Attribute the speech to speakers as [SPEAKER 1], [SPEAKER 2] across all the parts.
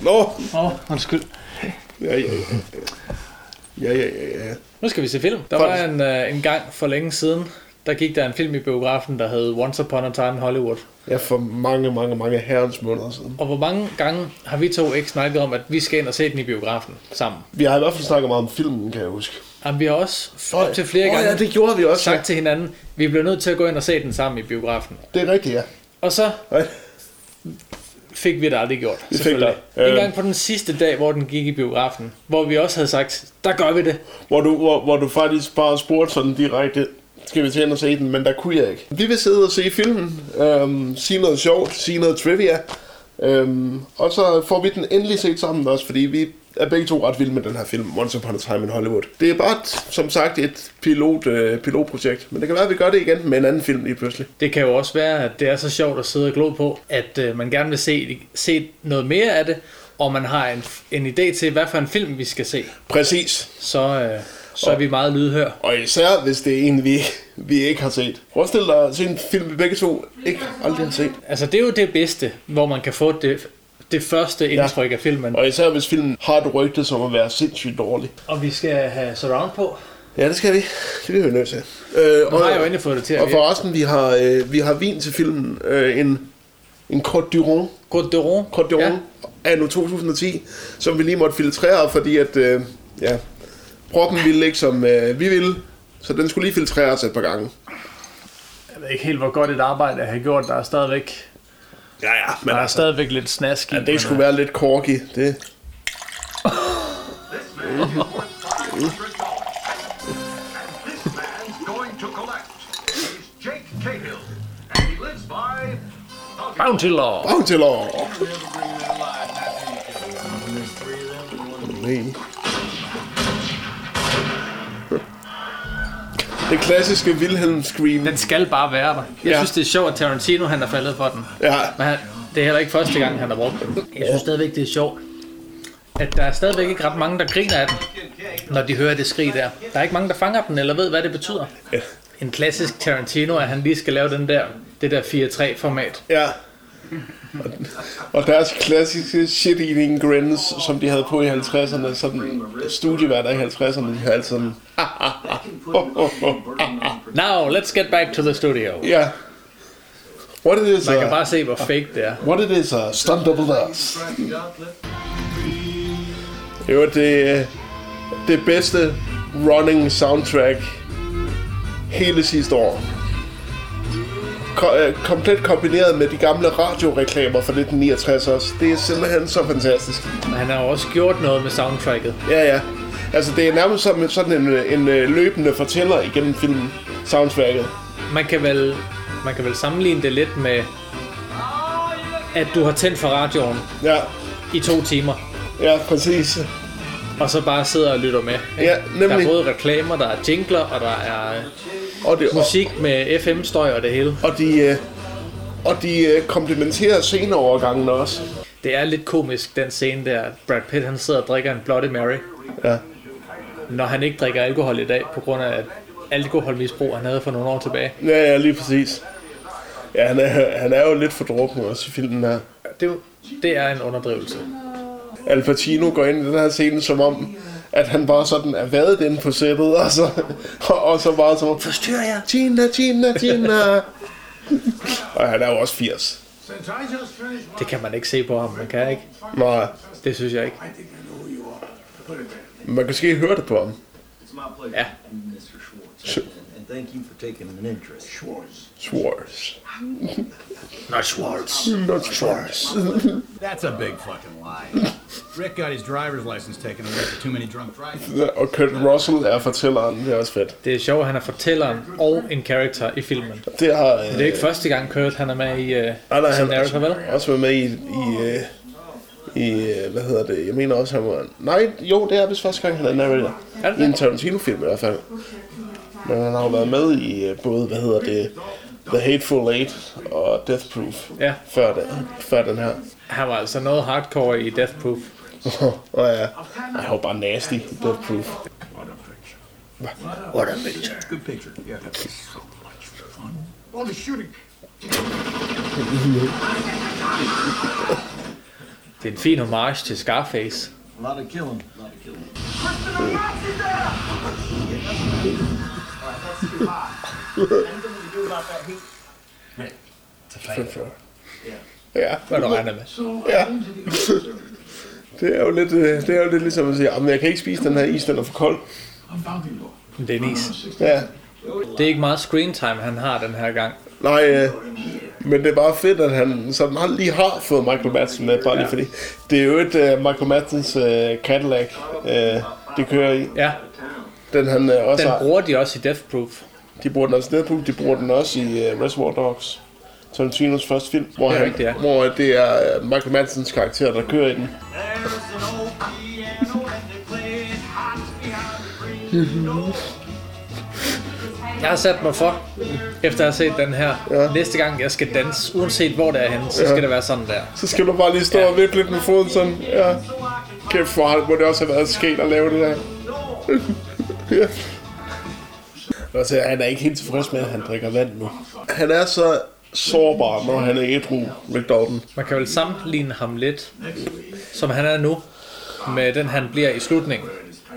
[SPEAKER 1] Nå,
[SPEAKER 2] Åh, oh, undskyld.
[SPEAKER 1] ja, ja, ja. Ja, ja, ja, ja.
[SPEAKER 3] Nu skal vi se film. Der
[SPEAKER 1] Folk-
[SPEAKER 3] var en, øh, en gang for længe siden, der gik der en film i biografen, der hed Once Upon a Time in Hollywood.
[SPEAKER 1] Ja, for mange, mange, mange herrens måneder siden.
[SPEAKER 3] Og hvor mange gange har vi to ikke snakket om, at vi skal ind og se den i biografen sammen?
[SPEAKER 1] Vi har i hvert fald snakket meget om filmen, kan jeg huske.
[SPEAKER 3] Jamen, vi har også op til flere
[SPEAKER 1] Åh,
[SPEAKER 3] gange
[SPEAKER 1] ja, det gjorde vi også. Ja.
[SPEAKER 3] sagt til hinanden, vi bliver nødt til at gå ind og se den sammen i biografen.
[SPEAKER 1] Det er rigtigt, ja.
[SPEAKER 3] Og så
[SPEAKER 1] Ej,
[SPEAKER 3] fik vi det aldrig gjort,
[SPEAKER 1] vi fik
[SPEAKER 3] selvfølgelig.
[SPEAKER 1] det.
[SPEAKER 3] En
[SPEAKER 1] Øh.
[SPEAKER 3] gang på den sidste dag, hvor den gik i biografen, hvor vi også havde sagt, der gør vi det.
[SPEAKER 1] Hvor du, hvor, hvor du faktisk bare spurgte sådan direkte, skal vi til ind og se den, men der kunne jeg ikke. Vi vil sidde og se filmen, øhm, sige noget sjovt, sige noget trivia, øhm, og så får vi den endelig set sammen også, fordi vi er begge to ret vilde med den her film, Once Upon a Time in Hollywood. Det er bare, et, som sagt, et pilot, øh, pilotprojekt, men det kan være, at vi gør det igen med en anden film lige pludselig.
[SPEAKER 3] Det kan jo også være, at det er så sjovt at sidde og glo på, at øh, man gerne vil se, se noget mere af det, og man har en, en idé til, hvad for en film vi skal se,
[SPEAKER 1] Præcis.
[SPEAKER 3] så, øh, så er vi meget lydhør.
[SPEAKER 1] Og især hvis det er en, vi, vi ikke har set. Forestil dig at se en film, vi begge to ikke aldrig har set.
[SPEAKER 3] Altså, det er jo det bedste, hvor man kan få det, det første indtryk af filmen.
[SPEAKER 1] Og især hvis filmen har et rygte som at være sindssygt dårlig.
[SPEAKER 3] Og vi skal have surround på.
[SPEAKER 1] Ja, det skal vi. Det bliver vi nødt til. Øh,
[SPEAKER 3] Nu har jeg jo endelig fået det til at
[SPEAKER 1] Og
[SPEAKER 3] virke.
[SPEAKER 1] forresten, vi har, øh, vi har vin til filmen. Øh, en, en Côte d'Iron.
[SPEAKER 3] Côte d'Oron.
[SPEAKER 1] Côte d'Iron ja. anno 2010, som vi lige måtte filtrere, fordi at, øh, ja, proppen ville ikke som øh, vi ville. Så den skulle lige filtreres et par gange.
[SPEAKER 3] Jeg ved ikke helt, hvor godt et arbejde jeg har gjort. Der er stadigvæk,
[SPEAKER 1] Ja, ja, men
[SPEAKER 3] der er
[SPEAKER 1] altså,
[SPEAKER 3] stadigvæk lidt snask i.
[SPEAKER 1] ja, det skulle være lidt corky. Det.
[SPEAKER 4] This man is worth $500. And this man's going to collect. He's Jake Cahill, and he lives by.
[SPEAKER 3] Bounty Law.
[SPEAKER 1] Bounty Law. Nej. Det klassiske Wilhelm Scream.
[SPEAKER 3] Den skal bare være der. Jeg
[SPEAKER 1] Ja.
[SPEAKER 3] synes, det er sjovt, at Tarantino han er faldet for den.
[SPEAKER 1] Ja,
[SPEAKER 3] Men han, det er heller ikke første gang, han har brugt den. Jeg synes stadigvæk, det er sjovt, at der er stadigvæk ikke ret mange, der griner af den, når de hører det skrig der. Der er ikke mange, der fanger den, eller ved, hvad det betyder. En klassisk Tarantino, at han lige skal lave den der, det der 4-3-format.
[SPEAKER 1] ja. Og, og deres klassiske shit-eating grins, som de havde på i 50'erne, sådan studieværter i 50'erne, de har altid sådan...
[SPEAKER 3] Now, let's get back to the studio.
[SPEAKER 1] Ja. What it is
[SPEAKER 3] Man kan
[SPEAKER 1] a,
[SPEAKER 3] bare se, hvor fake det er.
[SPEAKER 1] what it is a stunt double does. Det var det, det bedste running soundtrack hele sidste år. Ko- øh, komplet kombineret med de gamle radioreklamer fra 1969 også. Det er simpelthen så fantastisk.
[SPEAKER 3] Men han har jo også gjort noget med soundtracket.
[SPEAKER 1] Ja, ja. Altså, det er nærmest som sådan en, en øh, løbende fortæller igennem filmen, soundtracket.
[SPEAKER 3] Man kan vel, man kan vel sammenligne det lidt med, at du har tændt for radioen
[SPEAKER 1] Ja,
[SPEAKER 3] i to timer,
[SPEAKER 1] ja, præcis.
[SPEAKER 3] og så bare sidder og lytter med.
[SPEAKER 1] Ja,
[SPEAKER 3] ikke? Der er
[SPEAKER 1] nemlig.
[SPEAKER 3] både reklamer, der er jingler, og der er øh,
[SPEAKER 1] Og, det, og,
[SPEAKER 3] musik med FM-støj og det hele.
[SPEAKER 1] og de, øh, og de øh, komplementerer sceneovergangen også.
[SPEAKER 3] Det er lidt komisk, den scene der. Brad Pitt, han sidder og drikker en Bloody Mary,
[SPEAKER 1] Ja.
[SPEAKER 3] når han ikke drikker alkohol i dag, på grund af alkoholmisbrug, han havde for nogle år tilbage.
[SPEAKER 1] Ja, ja, lige præcis. Ja, han er, han er jo lidt for drukken også i filmen her.
[SPEAKER 3] Det, er jo- det er en underdrivelse.
[SPEAKER 1] Al Pacino går ind i den her scene som om, at han bare sådan er vadet inde på sættet, og så, og, og så bare som Forstyrrer jeg? Gina, Gina, Gina. og han er jo også 80.
[SPEAKER 4] Since I just finished
[SPEAKER 3] Det kan man ikke se på ham, man kan ikke.
[SPEAKER 1] Nå,
[SPEAKER 3] Det synes jeg ikke.
[SPEAKER 4] I think I know who you are. Put it there.
[SPEAKER 1] man kan måske høre det på ham.
[SPEAKER 5] It's my pleasure,
[SPEAKER 3] Ja.
[SPEAKER 5] Mr. Schwartz.
[SPEAKER 1] Sure.
[SPEAKER 5] And- And thank you for taking an interest.
[SPEAKER 4] Schwartz.
[SPEAKER 1] Schwartz.
[SPEAKER 3] Not Schwartz.
[SPEAKER 1] Not Schwartz.
[SPEAKER 6] That's a big fucking lie. Rick got his driver's license taken away for too many drunk drivers.
[SPEAKER 1] og Kurt Russell er fortælleren, det er også fedt.
[SPEAKER 3] Det er sjovt, at han er fortælleren og en karakter i filmen.
[SPEAKER 1] Det har... Øh,
[SPEAKER 3] Det er ikke første gang, Kurt han er med i
[SPEAKER 1] Nej,
[SPEAKER 3] uh,
[SPEAKER 1] nej, han
[SPEAKER 3] Sinarica, vel?
[SPEAKER 1] har også været med i, i, øh, i, øh, hvad hedder det, jeg mener også, han var, nej, jo, det er vist første gang, han er narrator.
[SPEAKER 3] Er det
[SPEAKER 1] I en
[SPEAKER 3] det?
[SPEAKER 1] Tarantino-film i hvert fald. Men han har jo været med i øh, både, hvad hedder det, The Hateful Eight og Death Proof,
[SPEAKER 3] Ja.
[SPEAKER 1] før, den, før den her.
[SPEAKER 3] Han var altså noget hardcore i Death Proof.
[SPEAKER 1] og ja, jeg var bare nasty i Death Proof. What a picture.
[SPEAKER 6] Good picture. Yeah.
[SPEAKER 4] All the shooting.
[SPEAKER 3] Det er en fin homage til Scarface.
[SPEAKER 5] A lot of killing. A lot of killing.
[SPEAKER 4] Anything we can do about that heat?
[SPEAKER 1] Ja,
[SPEAKER 3] Hvad du regner med?
[SPEAKER 1] ja. Det er jo lidt, øh, det er jo lidt ligesom at sige, "Jamen, jeg kan ikke spise den her is, den er for kold.
[SPEAKER 3] Det er is.
[SPEAKER 1] Ja.
[SPEAKER 3] Det er ikke meget screen time, han har den her gang.
[SPEAKER 1] Nej, øh, men det er bare fedt, at han sådan han lige har fået Michael Madsen med, bare lige fordi. Det er jo et uh, Michael Madsens uh, Cadillac, uh, det kører i.
[SPEAKER 3] Ja,
[SPEAKER 1] Den han uh, også
[SPEAKER 3] den
[SPEAKER 1] har.
[SPEAKER 3] bruger de også i Death Proof.
[SPEAKER 1] De bruger den også i Deadpool, de bruger den også i uh, Reservoir Dogs. Tarantinos første film, hvor,
[SPEAKER 3] Det er
[SPEAKER 1] han,
[SPEAKER 3] rigtigt, ja.
[SPEAKER 1] hvor det er uh, Michael Madsens karakter, der kører i den.
[SPEAKER 4] There's an old piano and they play it hot behind the green door.
[SPEAKER 3] Jeg har sat mig for, efter at have set den her, ja. næste gang jeg skal danse, uanset hvor det er henne, så skal det være sådan der.
[SPEAKER 1] Så skal du bare lige stå og vippe lidt med foden sådan, ja. Kæft for ham, må det også have været sket at lave det der. ja. Og så, han er ikke helt tilfreds med, at han drikker vand nu. Han er så sårbar, når han er ædru, McDonald's.
[SPEAKER 3] Man kan vel sammenligne ham lidt, som han er nu, med den han bliver i slutningen.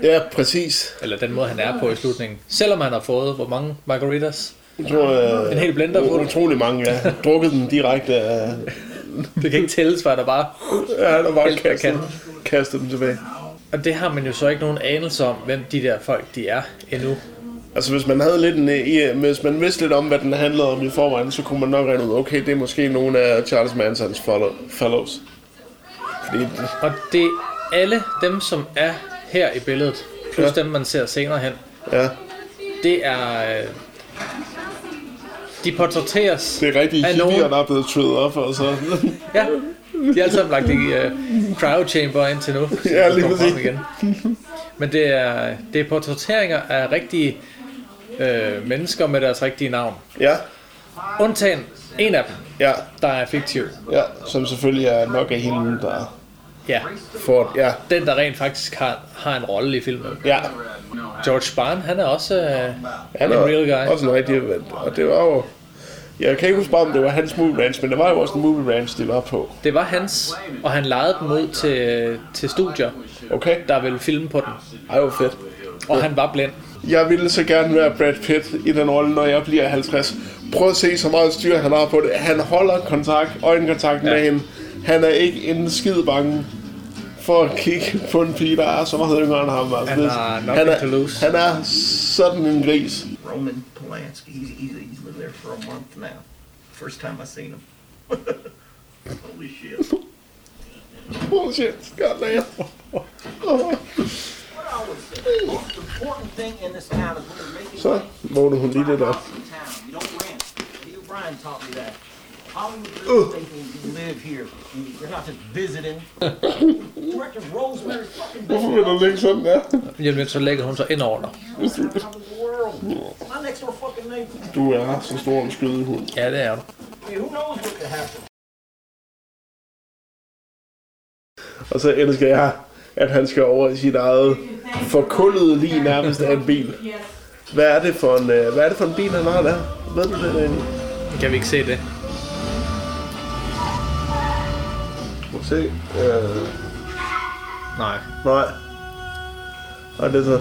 [SPEAKER 1] Ja, præcis.
[SPEAKER 3] Eller den måde han er på i slutningen. Selvom han har fået, hvor mange margaritas?
[SPEAKER 1] Jeg tror, øh,
[SPEAKER 3] En hel blender fuld.
[SPEAKER 1] Utrolig mange, ja. Drukket den direkte af...
[SPEAKER 3] Det kan ikke tælles, hvad der bare...
[SPEAKER 1] Ja, han har bare
[SPEAKER 3] Alt, hvad jeg
[SPEAKER 1] kastet, kastet dem tilbage.
[SPEAKER 3] Og det har man jo så ikke nogen anelse om, hvem de der folk de er endnu.
[SPEAKER 1] Altså, hvis man havde lidt en, i- hvis man vidste lidt om, hvad den handlede om i forvejen, så kunne man nok regne ud, okay, det er måske nogle af Charles Mansons follow, follows. Fordi,
[SPEAKER 3] Og det er alle dem, som er her i billedet, plus ja. dem, man ser senere hen,
[SPEAKER 1] ja,
[SPEAKER 3] det er... øh, De portrætteres...
[SPEAKER 1] det er rigtige
[SPEAKER 3] Er
[SPEAKER 1] hippier,
[SPEAKER 3] nogen-
[SPEAKER 1] der er blevet tøet op, altså. og så...
[SPEAKER 3] Ja, de er alle sammen lagt i uh, cryo chamber indtil nu. så
[SPEAKER 1] Ja,
[SPEAKER 3] de
[SPEAKER 1] lige
[SPEAKER 3] kommer
[SPEAKER 1] præcis.
[SPEAKER 3] frem Igen. Men det er, det er portrætteringer af rigtige øh, mennesker med deres rigtige navn.
[SPEAKER 1] ja,
[SPEAKER 3] Undtagen en af dem,
[SPEAKER 1] ja,
[SPEAKER 3] der er fiktiv.
[SPEAKER 1] ja, som selvfølgelig er nok af hende, der
[SPEAKER 3] Ja,
[SPEAKER 1] får... Ja,
[SPEAKER 3] den der rent faktisk har, har en rolle i filmen.
[SPEAKER 1] ja.
[SPEAKER 3] George Barn, han er også øh,
[SPEAKER 1] Han
[SPEAKER 3] en real guy.
[SPEAKER 1] også en rigtig event, og det var jo... Jeg kan ikke huske bare, om det var hans movie ranch, men der var jo også en movie ranch, de var på.
[SPEAKER 3] Det var hans, og han lejede dem ud til, til studier,
[SPEAKER 1] Okay?
[SPEAKER 3] der ville filme på den.
[SPEAKER 1] Ej, hvor fedt.
[SPEAKER 3] Og han var blind.
[SPEAKER 1] Jeg ville så gerne være Brad Pitt i den rolle, når jeg bliver 50. Prøv at se så meget styr, han har på det. Han holder kontakt, øjenkontakt ja. med hende. Han er ikke en skid bange for at kigge på en pige, der er så meget yngre end ham. Altså,
[SPEAKER 3] Han
[SPEAKER 1] det-
[SPEAKER 3] har nothing
[SPEAKER 1] han,
[SPEAKER 3] to lose.
[SPEAKER 1] han er sådan en gris.
[SPEAKER 4] Roman Polanski, he's, he's, he's lived there for a month now. First time I seen him. Holy shit.
[SPEAKER 1] Oh shit, god damn.
[SPEAKER 4] The important thing in this town is when you're making
[SPEAKER 1] Så vågner hun lige lidt op.
[SPEAKER 4] town, you don't rent. Lee O'Brien taught me that. Hollywood real estate means you live here. You're not just visiting. Director Rosemary fucking
[SPEAKER 1] Hvorfor vil du ligge sådan der?
[SPEAKER 3] Jamen, lidt, så lægger hun sig ind over dig.
[SPEAKER 4] out of the world. My next door fucking neighbor.
[SPEAKER 1] Du er så stor en skydehund.
[SPEAKER 3] Ja, det er du.
[SPEAKER 4] I mean, who knows what could happen?
[SPEAKER 1] Og så elsker jeg, at han skal over i sit eget forkullede lige nærmest af en bil. Hvad er det for en, øh, hvad er det for en bil, han har der? Ved du det, Daniel?
[SPEAKER 3] Kan vi ikke se det?
[SPEAKER 1] Må se. Øh,
[SPEAKER 3] Nej.
[SPEAKER 1] nej. Og det er så...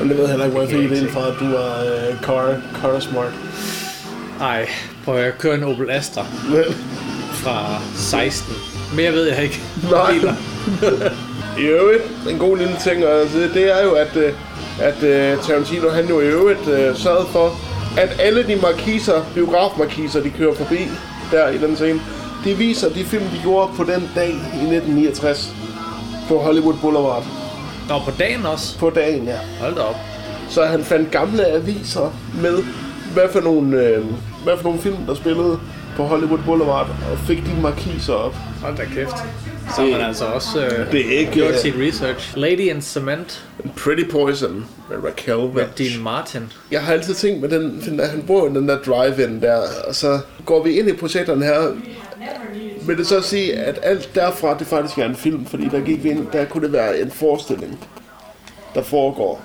[SPEAKER 1] Og det ved jeg heller ikke, hvor jeg fik det ind fra, at du er øh, car, car smart.
[SPEAKER 3] Ej, prøv at høre, jeg kører en Opel Astra
[SPEAKER 1] Men,
[SPEAKER 3] fra 16. Mere ved jeg ikke.
[SPEAKER 1] nej.
[SPEAKER 3] Biler.
[SPEAKER 1] I øvrigt, en god lille ting at sige, det er jo, at, øh, at øh, Tarantino, han jo i øvrigt øh, sørgede for, at alle de markiser, biografmarkiser, de kører forbi der i den scene, de viser de film, de gjorde på den dag i 1969 på Hollywood Boulevard.
[SPEAKER 3] Nå, på dagen også.
[SPEAKER 1] På dagen, ja.
[SPEAKER 3] Hold da op.
[SPEAKER 1] Så han fandt gamle aviser med, hvad for nogle, øh, hvad for nogle film, der spillede på Hollywood Boulevard, og fik de markiser op.
[SPEAKER 3] Hold da kæft. Så har man altså også øh,
[SPEAKER 1] Det er ikke,
[SPEAKER 3] gjort
[SPEAKER 1] øh,
[SPEAKER 3] sit research. Lady in Cement
[SPEAKER 1] Pretty Poison med Raquel
[SPEAKER 3] med
[SPEAKER 1] Welch.
[SPEAKER 3] Dean Martin.
[SPEAKER 1] Jeg har altid tænkt med den, film, at han bor i den der drive-in der, og så går vi ind i projekterne her. Vil det så sige, at alt derfra, det faktisk er en film, fordi der gik vi ind, der kunne det være en forestilling, der foregår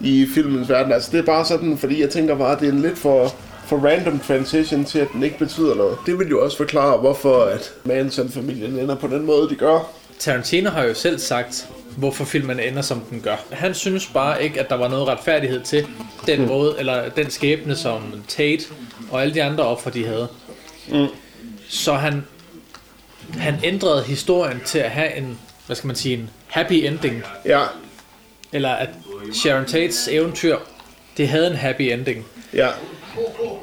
[SPEAKER 1] i filmens verden. Altså det er bare sådan, fordi jeg tænker bare, at det er en lidt for for random transition til, at den ikke betyder noget. Det vil jo også forklare, hvorfor at Manson-familien ender på den måde, de gør.
[SPEAKER 3] Tarantino har jo selv sagt, hvorfor filmen ender, som den gør. Han synes bare ikke, at der var noget retfærdighed til den mm. måde, eller den skæbne, som Tate og alle de andre offer, de havde. Mm. Så han, han ændrede historien til at have en, hvad skal man sige, en happy ending.
[SPEAKER 1] Ja,
[SPEAKER 3] Eller at Sharon Tates eventyr, det havde en happy ending.
[SPEAKER 1] ja.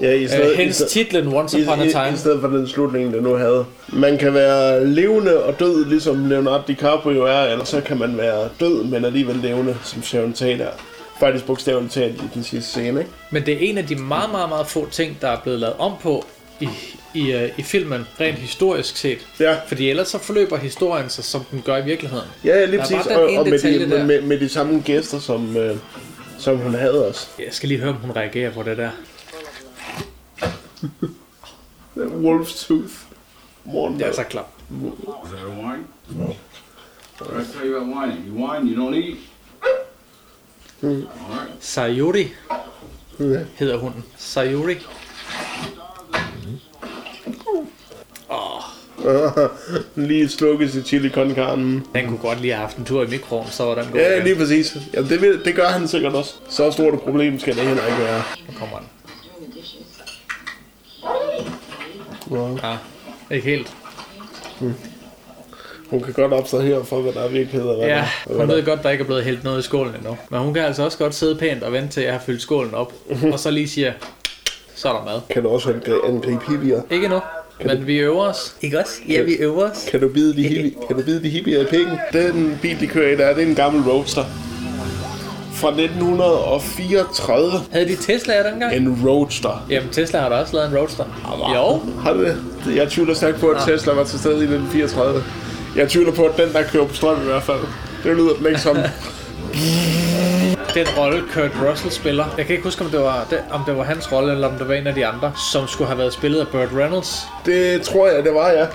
[SPEAKER 1] Ja, i
[SPEAKER 3] Øh,
[SPEAKER 1] stedet, i
[SPEAKER 3] hens
[SPEAKER 1] stedet-
[SPEAKER 3] titlen Once Upon a
[SPEAKER 1] i, i, i
[SPEAKER 3] Time.
[SPEAKER 1] stedet for den slutning, det nu havde. Man kan være levende og død, ligesom Leonardo DiCaprio er, eller så kan man være død, men alligevel levende, som Sharon Tate er. Faktisk bogstaveligt talt i den sidste scene, ikke?
[SPEAKER 3] Men det er en af de meget, meget, meget få ting, der er blevet lavet om på i, i, øh, i filmen, rent historisk set.
[SPEAKER 1] Ja.
[SPEAKER 3] Fordi ellers så forløber historien sig, som den gør i virkeligheden.
[SPEAKER 1] Ja, ja, lige
[SPEAKER 3] Der er bare
[SPEAKER 1] præcis.
[SPEAKER 3] den
[SPEAKER 1] Og,
[SPEAKER 3] ene
[SPEAKER 1] og med, de,
[SPEAKER 3] detalje
[SPEAKER 1] med,
[SPEAKER 3] der.
[SPEAKER 1] med, med de samme gæster, som, øh, som hun havde også.
[SPEAKER 3] Jeg skal lige høre, om hun reagerer på det der.
[SPEAKER 1] Wolf's Tooth. Morten.
[SPEAKER 3] Det er så klart.
[SPEAKER 5] Is that a wine? What did I tell you about wine? You wine, you don't eat. All right.
[SPEAKER 3] Sayuri hedder hunden. Sayuri.
[SPEAKER 1] Lige slukket i chili con carne.
[SPEAKER 3] Den kunne godt lige have haft en tur i mikroovnen, så var den god.
[SPEAKER 1] Ja,
[SPEAKER 3] igen.
[SPEAKER 1] lige præcis. Jamen, det, vil, det gør han sikkert også. Så stort et problem skal det heller ikke være.
[SPEAKER 3] Nu kommer den.
[SPEAKER 1] Wow.
[SPEAKER 3] Ja, ikke helt.
[SPEAKER 1] Hun kan godt abstrahere for, hvad der er virkelighed og hvad
[SPEAKER 3] Ja,
[SPEAKER 1] der, og
[SPEAKER 3] hun
[SPEAKER 1] hvad
[SPEAKER 3] ved
[SPEAKER 1] der.
[SPEAKER 3] godt, der ikke er blevet hældt noget i skålen endnu. Men hun kan altså også godt sidde pænt og vente til, at jeg har fyldt skålen op. Og så lige siger, så er der mad.
[SPEAKER 1] Kan du også angri- angribe hippier?
[SPEAKER 3] Ikke nu, men vi øver os. Ikke også? Ja, vi øver os.
[SPEAKER 1] Kan du bide de, hippie, kan du bide de hippier i pikken? Den bil, de kører i der, det er en gammel Roadster. Fra 1934.
[SPEAKER 3] Havde de Tesla'er dengang?
[SPEAKER 1] En Roadster.
[SPEAKER 3] Jamen, Tesla har da også lavet en Roadster. Jo.
[SPEAKER 1] Har det? Jeg tvivler stærkt på, at Tesla var til stede i 1934. Jeg tvivler på, at den, der kører på strøm i hvert fald. Det lyder den ikke som.
[SPEAKER 3] Den rolle Kurt Russell spiller, jeg kan ikke huske, om det var, det, om det var hans rolle, eller om det var en af de andre, som skulle have været spillet af Burt Reynolds.
[SPEAKER 1] Det tror jeg, det var, ja.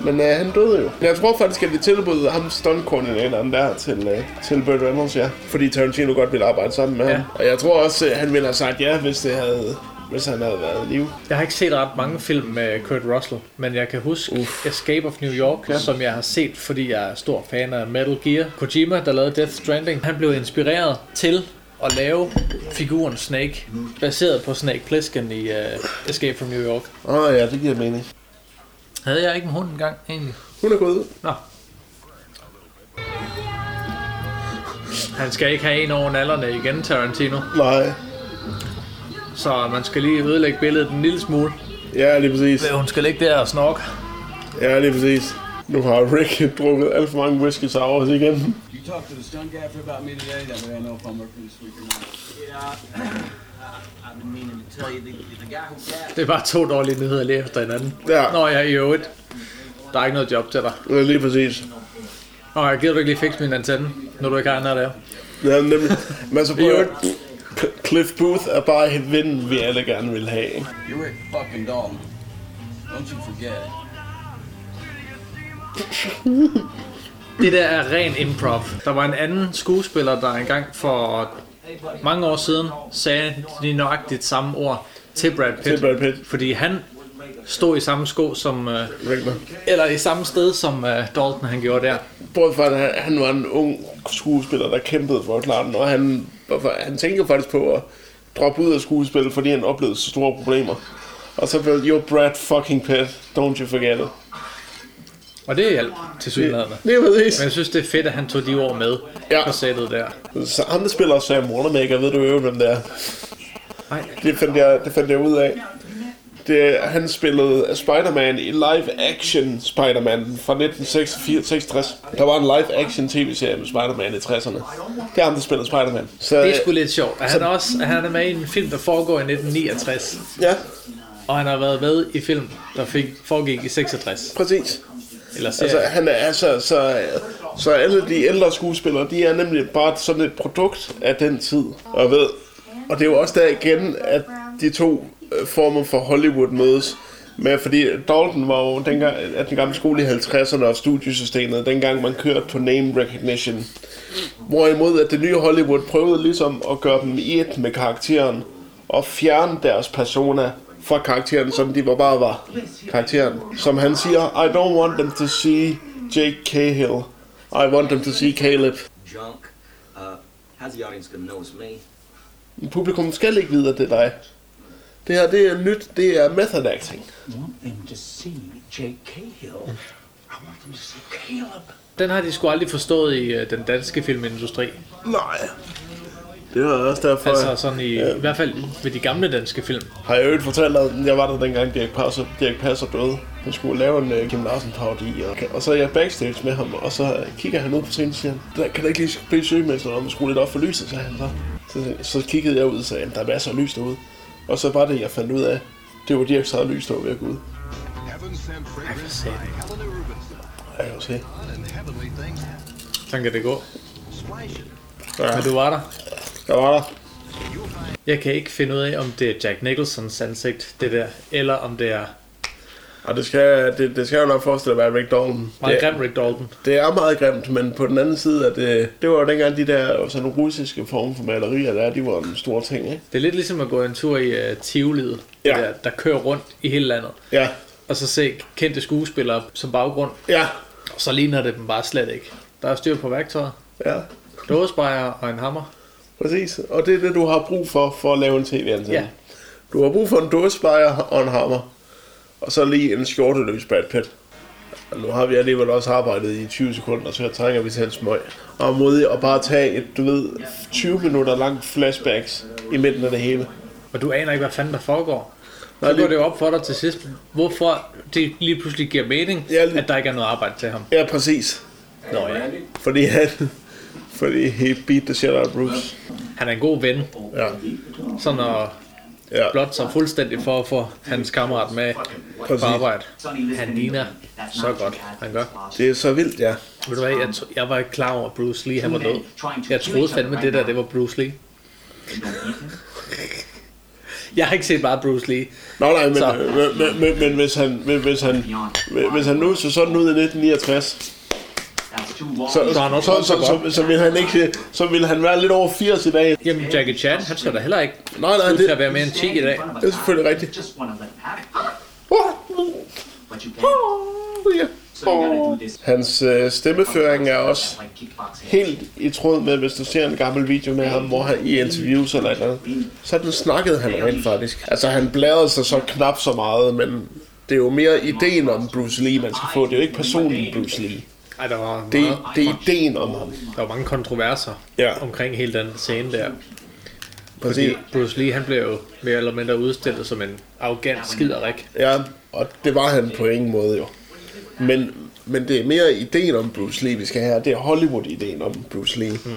[SPEAKER 1] Men øh, han døde jo. Jeg tror faktisk, at det tilbød ham stuntkoordinatoren der til, øh, til Burt Reynolds, ja. Fordi Tarantino godt ville arbejde sammen med
[SPEAKER 3] Ja.
[SPEAKER 1] ham. Og jeg tror også, at han ville have sagt ja, hvis, det havde, hvis han havde været i live.
[SPEAKER 3] Jeg har ikke set ret mange film med Kurt Russell, men jeg kan huske Uff. Escape of New York, ja. som jeg har set, fordi jeg er stor fan af Metal Gear. Kojima, der lavede Death Stranding, han blev inspireret til at lave figuren Snake, baseret på Snake Plissken i uh, Escape from New York.
[SPEAKER 1] Åh oh, ja, det giver mening.
[SPEAKER 3] Havde jeg ikke en hund engang egentlig?
[SPEAKER 1] Hun er gået ud.
[SPEAKER 3] Nå. Han skal ikke have en over nallerne igen, Tarantino.
[SPEAKER 1] Nej.
[SPEAKER 3] Så man skal lige ødelægge billedet en lille smule.
[SPEAKER 1] Ja, lige præcis.
[SPEAKER 3] Hun skal ligge der og snorke.
[SPEAKER 1] Ja, lige præcis. Nu har Rick drukket alt for mange whisky sours igen.
[SPEAKER 5] You talked to the stunt gaffer about me today. That way I know if I'm working this week or not.
[SPEAKER 4] Yeah, I've been meaning to tell you, the, the guy who got
[SPEAKER 3] Det er bare to dårlige nyheder lige efter hinanden.
[SPEAKER 1] Ja.
[SPEAKER 3] Nå ja, i øvrigt. Der er ikke noget job til dig.
[SPEAKER 1] Ja, lige præcis.
[SPEAKER 3] Nå, jeg gider du ikke lige fikse min antenne, når du ikke har andet der.
[SPEAKER 1] Ja, nemlig. Men så
[SPEAKER 3] I
[SPEAKER 1] prøver
[SPEAKER 3] øvrigt-
[SPEAKER 1] Cliff Booth er bare helt vinden, vi alle gerne vil have. ikke?
[SPEAKER 5] You're Rick fucking Dalton. Don't you forget it.
[SPEAKER 3] Det der er ren improv. Der var en anden skuespiller, der engang for mange år siden sagde lige nøjagtigt samme ord til Brad Pitt.
[SPEAKER 1] Til Brad Pitt.
[SPEAKER 3] Fordi han stod i samme sko som... Øh,
[SPEAKER 1] Rigtigt.
[SPEAKER 3] eller i samme sted som øh, Dalton han gjorde der.
[SPEAKER 1] Bortset fra, at han- han var en ung skuespiller, der kæmpede for at klare den, og han, hvorfor- han tænkte faktisk på at droppe ud af skuespillet, fordi han oplevede så store problemer. Og så blev jo Brad fucking Pitt, don't you forget it.
[SPEAKER 3] Og det hjalp til synligheden.
[SPEAKER 1] Lige præcis.
[SPEAKER 3] Men jeg synes, det er fedt, at han tog de ord med
[SPEAKER 1] Ja.
[SPEAKER 3] på sættet der.
[SPEAKER 1] Så ham, der spiller Sam Wanamaker, ved du jo, hvem det er.
[SPEAKER 3] Nej.
[SPEAKER 1] Det fandt jeg, det fandt jeg ud af. Det, han spillede Spider-Man i live-action Spider-Man fra 1966. Der var en live-action tv-serie med Spider-Man i 60'erne. Det er ham, der spiller Spider-man. Så,
[SPEAKER 3] Det er sgu lidt sjovt. at Han er, også, at han er med i en film, der foregår i 1969.
[SPEAKER 1] Ja,
[SPEAKER 3] Og han har været med i film, der fik, foregik i 66.
[SPEAKER 1] præcis.
[SPEAKER 3] Eller
[SPEAKER 1] Altså,
[SPEAKER 3] serie.
[SPEAKER 1] han er, altså, så, så alle de ældre skuespillere, de er nemlig bare sådan et produkt af den tid. Og, ved, og det er jo også der igen, at de to øh, former for Hollywood mødes. Men fordi Dalton var jo dengang, at den gamle skole i 50'erne og studiesystemet, dengang man kørte på name recognition. Hvorimod at det nye Hollywood prøvede ligesom at gøre dem i et med karakteren. at fjerne deres persona fra karakteren, som de var bare var karakteren. Som han siger, I don't want them to see Jake Cahill. I want them to see Caleb.
[SPEAKER 4] Junk. Uh, how's the audience gonna know it's me?
[SPEAKER 1] Publikum skal ikke vide, at det er dig. Det her, det er nyt. Det er method acting.
[SPEAKER 4] want them to see Jake Cahill. I want them to see Caleb.
[SPEAKER 3] Den har de sgu aldrig forstået i øh, den danske filmindustri.
[SPEAKER 1] Nej. Det var også derfor, altså,
[SPEAKER 3] Altså
[SPEAKER 1] jeg
[SPEAKER 3] sådan i, i hvert fald ved de gamle danske film.
[SPEAKER 1] har jeg i øvrigt fortalt, at jeg var der dengang Dirk Passer, Dirk Passer døde. Han skulle lave en uh, Kim Larsen parodi, og, og, så er jeg backstage med ham, og så øh, kigger han ud på scenen og siger, der kan der ikke lige blive søgemester, om skrue lidt op for lyset, sagde han så. så. Så, kiggede jeg ud og sagde, der er masser af lys derude. Og så var det, jeg fandt ud af, det var Dirks eget lys, der var ved at gå ud.
[SPEAKER 2] Heaven sent fragrance by Helena Rubinson.
[SPEAKER 1] Jeg kan jo se.
[SPEAKER 2] Fun and heavenly things happen.
[SPEAKER 3] Sådan kan det gå.
[SPEAKER 2] Splash it.
[SPEAKER 1] Ja,
[SPEAKER 3] Men du var der.
[SPEAKER 1] der var der.
[SPEAKER 2] You'll find
[SPEAKER 3] Jeg kan ikke finde ud af, om det er Jack Nicholsons ansigt, det der, eller om det er
[SPEAKER 1] Og det skal, det, det skal jo nok forestille at være Rick Dalton.
[SPEAKER 3] meget
[SPEAKER 1] Det-
[SPEAKER 3] grim Rick Dalton.
[SPEAKER 1] Det er meget grimt, men på den anden side, at det, det var jo dengang de der sådan russiske form for malerier, der, de var en stor ting, ikke?
[SPEAKER 3] Det er lidt ligesom at gå en tur i uh, Tivoliet,
[SPEAKER 1] Ja.
[SPEAKER 3] ja. der, der kører rundt i hele landet,
[SPEAKER 1] Ja,
[SPEAKER 3] og så se kendte skuespillere som baggrund,
[SPEAKER 1] ja,
[SPEAKER 3] og så ligner det dem bare slet ikke. Der er styr på værktøjet,
[SPEAKER 1] ja,
[SPEAKER 3] dåsebrejer og en hammer.
[SPEAKER 1] præcis. Og det er det, du har brug for, for at lave en tv-antenne.
[SPEAKER 3] Ja.
[SPEAKER 1] Du har brug for en dåsebajer og en hammer, og så lige en skjorteløs Brad Pitt. Og nu har vi alligevel også arbejdet i 20 sekunder, så jeg trænger vi til en smøg. Og modig at bare tage et, du ved, 20 minutter langt flashbacks i midten af det hele.
[SPEAKER 3] Og du aner ikke, hvad fanden der foregår.
[SPEAKER 1] Nej,
[SPEAKER 3] Så
[SPEAKER 1] lige-
[SPEAKER 3] går det jo op for dig til sidst, hvorfor det lige pludselig giver mening,
[SPEAKER 1] Ja, lige-
[SPEAKER 3] at der ikke er noget arbejde til ham.
[SPEAKER 1] Ja, præcis.
[SPEAKER 3] Nå ja,
[SPEAKER 1] Fordi han... Fordi he beat the shit out of Bruce.
[SPEAKER 3] han er en god ven,
[SPEAKER 1] Ja.
[SPEAKER 3] sådan at
[SPEAKER 1] Ja.
[SPEAKER 3] blot sig fuldstændig for at få hans kammerat med på
[SPEAKER 1] Præcis.
[SPEAKER 3] arbejde.
[SPEAKER 4] Sonny, listen
[SPEAKER 3] Han
[SPEAKER 4] to me.
[SPEAKER 3] ligner
[SPEAKER 4] That's
[SPEAKER 3] så
[SPEAKER 4] not
[SPEAKER 3] godt,
[SPEAKER 4] the guy
[SPEAKER 3] han gør.
[SPEAKER 4] that's lost.
[SPEAKER 1] Det er så vildt, ja.
[SPEAKER 3] Ved du hvad, jeg, tro- jeg var ikke klar over, at Bruce Lee han var død. Jeg troede fandme, det der, det var Bruce Lee. Jeg har ikke set meget Bruce Lee.
[SPEAKER 1] Nå nej, men,
[SPEAKER 3] Så.
[SPEAKER 1] men, men, men, men hvis han, men, hvis han, men, hvis han nu så sådan ud i 1969,
[SPEAKER 4] That's too long.
[SPEAKER 1] så, så,
[SPEAKER 3] Så har han også
[SPEAKER 1] så,
[SPEAKER 3] holdt sig
[SPEAKER 1] så, så, så, ville han ikke, så ville han være lidt over 80 i dag.
[SPEAKER 3] Jamen, Jackie Chan, han skal da heller ikke
[SPEAKER 1] Nej, nej,
[SPEAKER 3] ud til at
[SPEAKER 1] det,
[SPEAKER 3] være mere end 10 i dag.
[SPEAKER 1] det er selvfølgelig rigtigt.
[SPEAKER 4] Just wanna let happen.
[SPEAKER 1] Åh,
[SPEAKER 4] But you
[SPEAKER 1] Oh.
[SPEAKER 4] can't.
[SPEAKER 1] åh, ja.
[SPEAKER 4] So you gotta do this.
[SPEAKER 1] Hans øh, stemmeføring er også
[SPEAKER 4] Like kickboxing.
[SPEAKER 1] helt i tråd med, hvis du ser en gammel video med ham, hvor han i interviews eller et eller andet, sådan snakkede han rent faktisk. Altså han blærede sig så knap så meget, men det er jo mere ideen om Bruce Lee, man skal få. Det er jo ikke personen Bruce Lee.
[SPEAKER 3] Ej, der var,
[SPEAKER 1] Det,
[SPEAKER 3] meget,
[SPEAKER 1] det er ideen om ham.
[SPEAKER 3] der var mange kontroverser
[SPEAKER 1] Ja.
[SPEAKER 3] omkring hele den scene der. Fordi
[SPEAKER 1] Præcis.
[SPEAKER 3] Bruce Lee, han blev jo mere eller mindre udstillet som en arrogant skiderik.
[SPEAKER 1] Ja, og det var han på ingen måde jo. Men, men det er mere ideen om Bruce Lee, vi skal have. Det er Hollywood-ideen om Bruce Lee. Mm.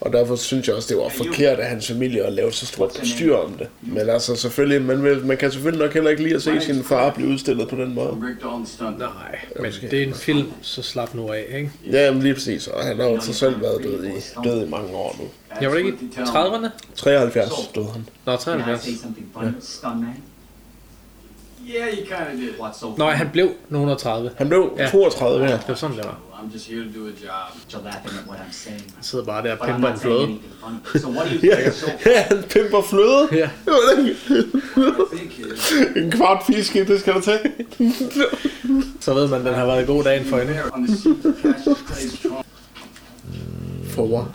[SPEAKER 1] Og derfor synes jeg også, det var forkert af hans familie at lave så stort styr om det. Men altså selvfølgelig, man, vil, man kan selvfølgelig nok heller ikke lide at se sin far blive udstillet på den måde.
[SPEAKER 5] Rick Dalton stunt.
[SPEAKER 3] Nej, men det er en film, så slap nu af, ikke?
[SPEAKER 1] Ja, jamen lige præcis. Og han har jo så selv været død i, død i mange år nu.
[SPEAKER 3] Jeg var det ikke i 30'erne?
[SPEAKER 1] 73 døde han.
[SPEAKER 3] Nå,
[SPEAKER 4] Can I say
[SPEAKER 3] 73.
[SPEAKER 4] something funny, stuntman?
[SPEAKER 5] Yeah, you kind of did.
[SPEAKER 4] What's so
[SPEAKER 3] Nå,
[SPEAKER 4] funny?
[SPEAKER 3] han blev nogen og 30.
[SPEAKER 1] Han blev
[SPEAKER 3] Ja.
[SPEAKER 1] 32 her.
[SPEAKER 3] Det var sådan, det var.
[SPEAKER 5] I'm just here to do a job.
[SPEAKER 4] You're laughing at what I'm saying.
[SPEAKER 3] Han sidder bare der og
[SPEAKER 4] But I'm
[SPEAKER 3] pimper
[SPEAKER 4] not
[SPEAKER 3] en
[SPEAKER 4] saying
[SPEAKER 3] flåde.
[SPEAKER 4] anything funny. So what do you
[SPEAKER 1] Ja,
[SPEAKER 4] think is so
[SPEAKER 1] ja han pimper fløde.
[SPEAKER 3] Ja.
[SPEAKER 1] Det var det.
[SPEAKER 5] Thank you.
[SPEAKER 1] En kvart fiske, det skal du tage.
[SPEAKER 3] Så ved man, den har været en god dagen for hende.
[SPEAKER 5] There on the sheet, Cassius Clay's trunk.
[SPEAKER 1] For what?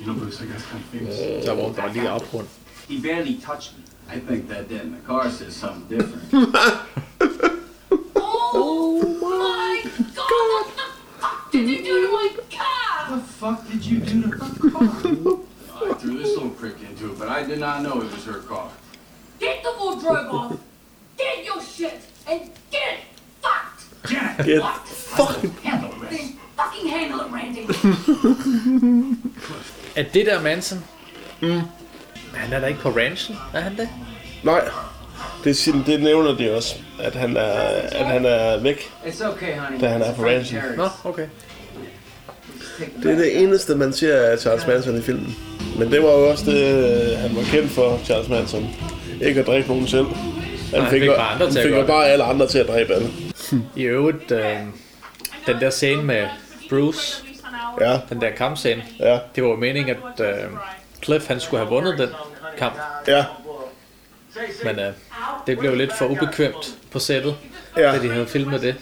[SPEAKER 5] You know, Bruce, I got kind of famous.
[SPEAKER 3] Der var hun bare lige oprundt.
[SPEAKER 4] He barely touched me.
[SPEAKER 5] I think that dent in the car says something different.
[SPEAKER 7] Oh God, what the fuck did you do to my car?
[SPEAKER 5] What the fuck did you do to her car? I threw this little prick into it, but I did not know it was her car.
[SPEAKER 7] Get the wardrobe off. Get your shit and get it fucked.
[SPEAKER 1] Get
[SPEAKER 7] fucking handle it, Randy. Fucking handle it, Randy.
[SPEAKER 3] Er det der Manson? Mm. Han er da ikke på ranchen, er han det?
[SPEAKER 1] Nej, det, sin, det nævner de også, at han er, at han er væk.
[SPEAKER 4] It's okay, honey.
[SPEAKER 1] Da han er på ranchen.
[SPEAKER 3] Nå, okay.
[SPEAKER 1] Det er det eneste, man ser af Charles Manson i filmen. Men det var jo også det, han var kendt for, Charles Manson. Ikke at dræbe nogen selv. Han
[SPEAKER 3] han fik
[SPEAKER 1] jo-
[SPEAKER 3] bare andre til
[SPEAKER 1] han
[SPEAKER 3] at
[SPEAKER 1] fik
[SPEAKER 3] gøre
[SPEAKER 1] jo bare alle andre til at dræbe alle.
[SPEAKER 3] I øvrigt, øh, den der scene med Bruce,
[SPEAKER 1] Ja,
[SPEAKER 3] den der kampscene,
[SPEAKER 1] ja,
[SPEAKER 3] det var jo meningen, at øh, Cliff han skulle have vundet den kamp.
[SPEAKER 1] ja.
[SPEAKER 3] Men øh, det blev lidt for ubekvemt på sættet,
[SPEAKER 1] Ja.
[SPEAKER 3] da de havde filmet det.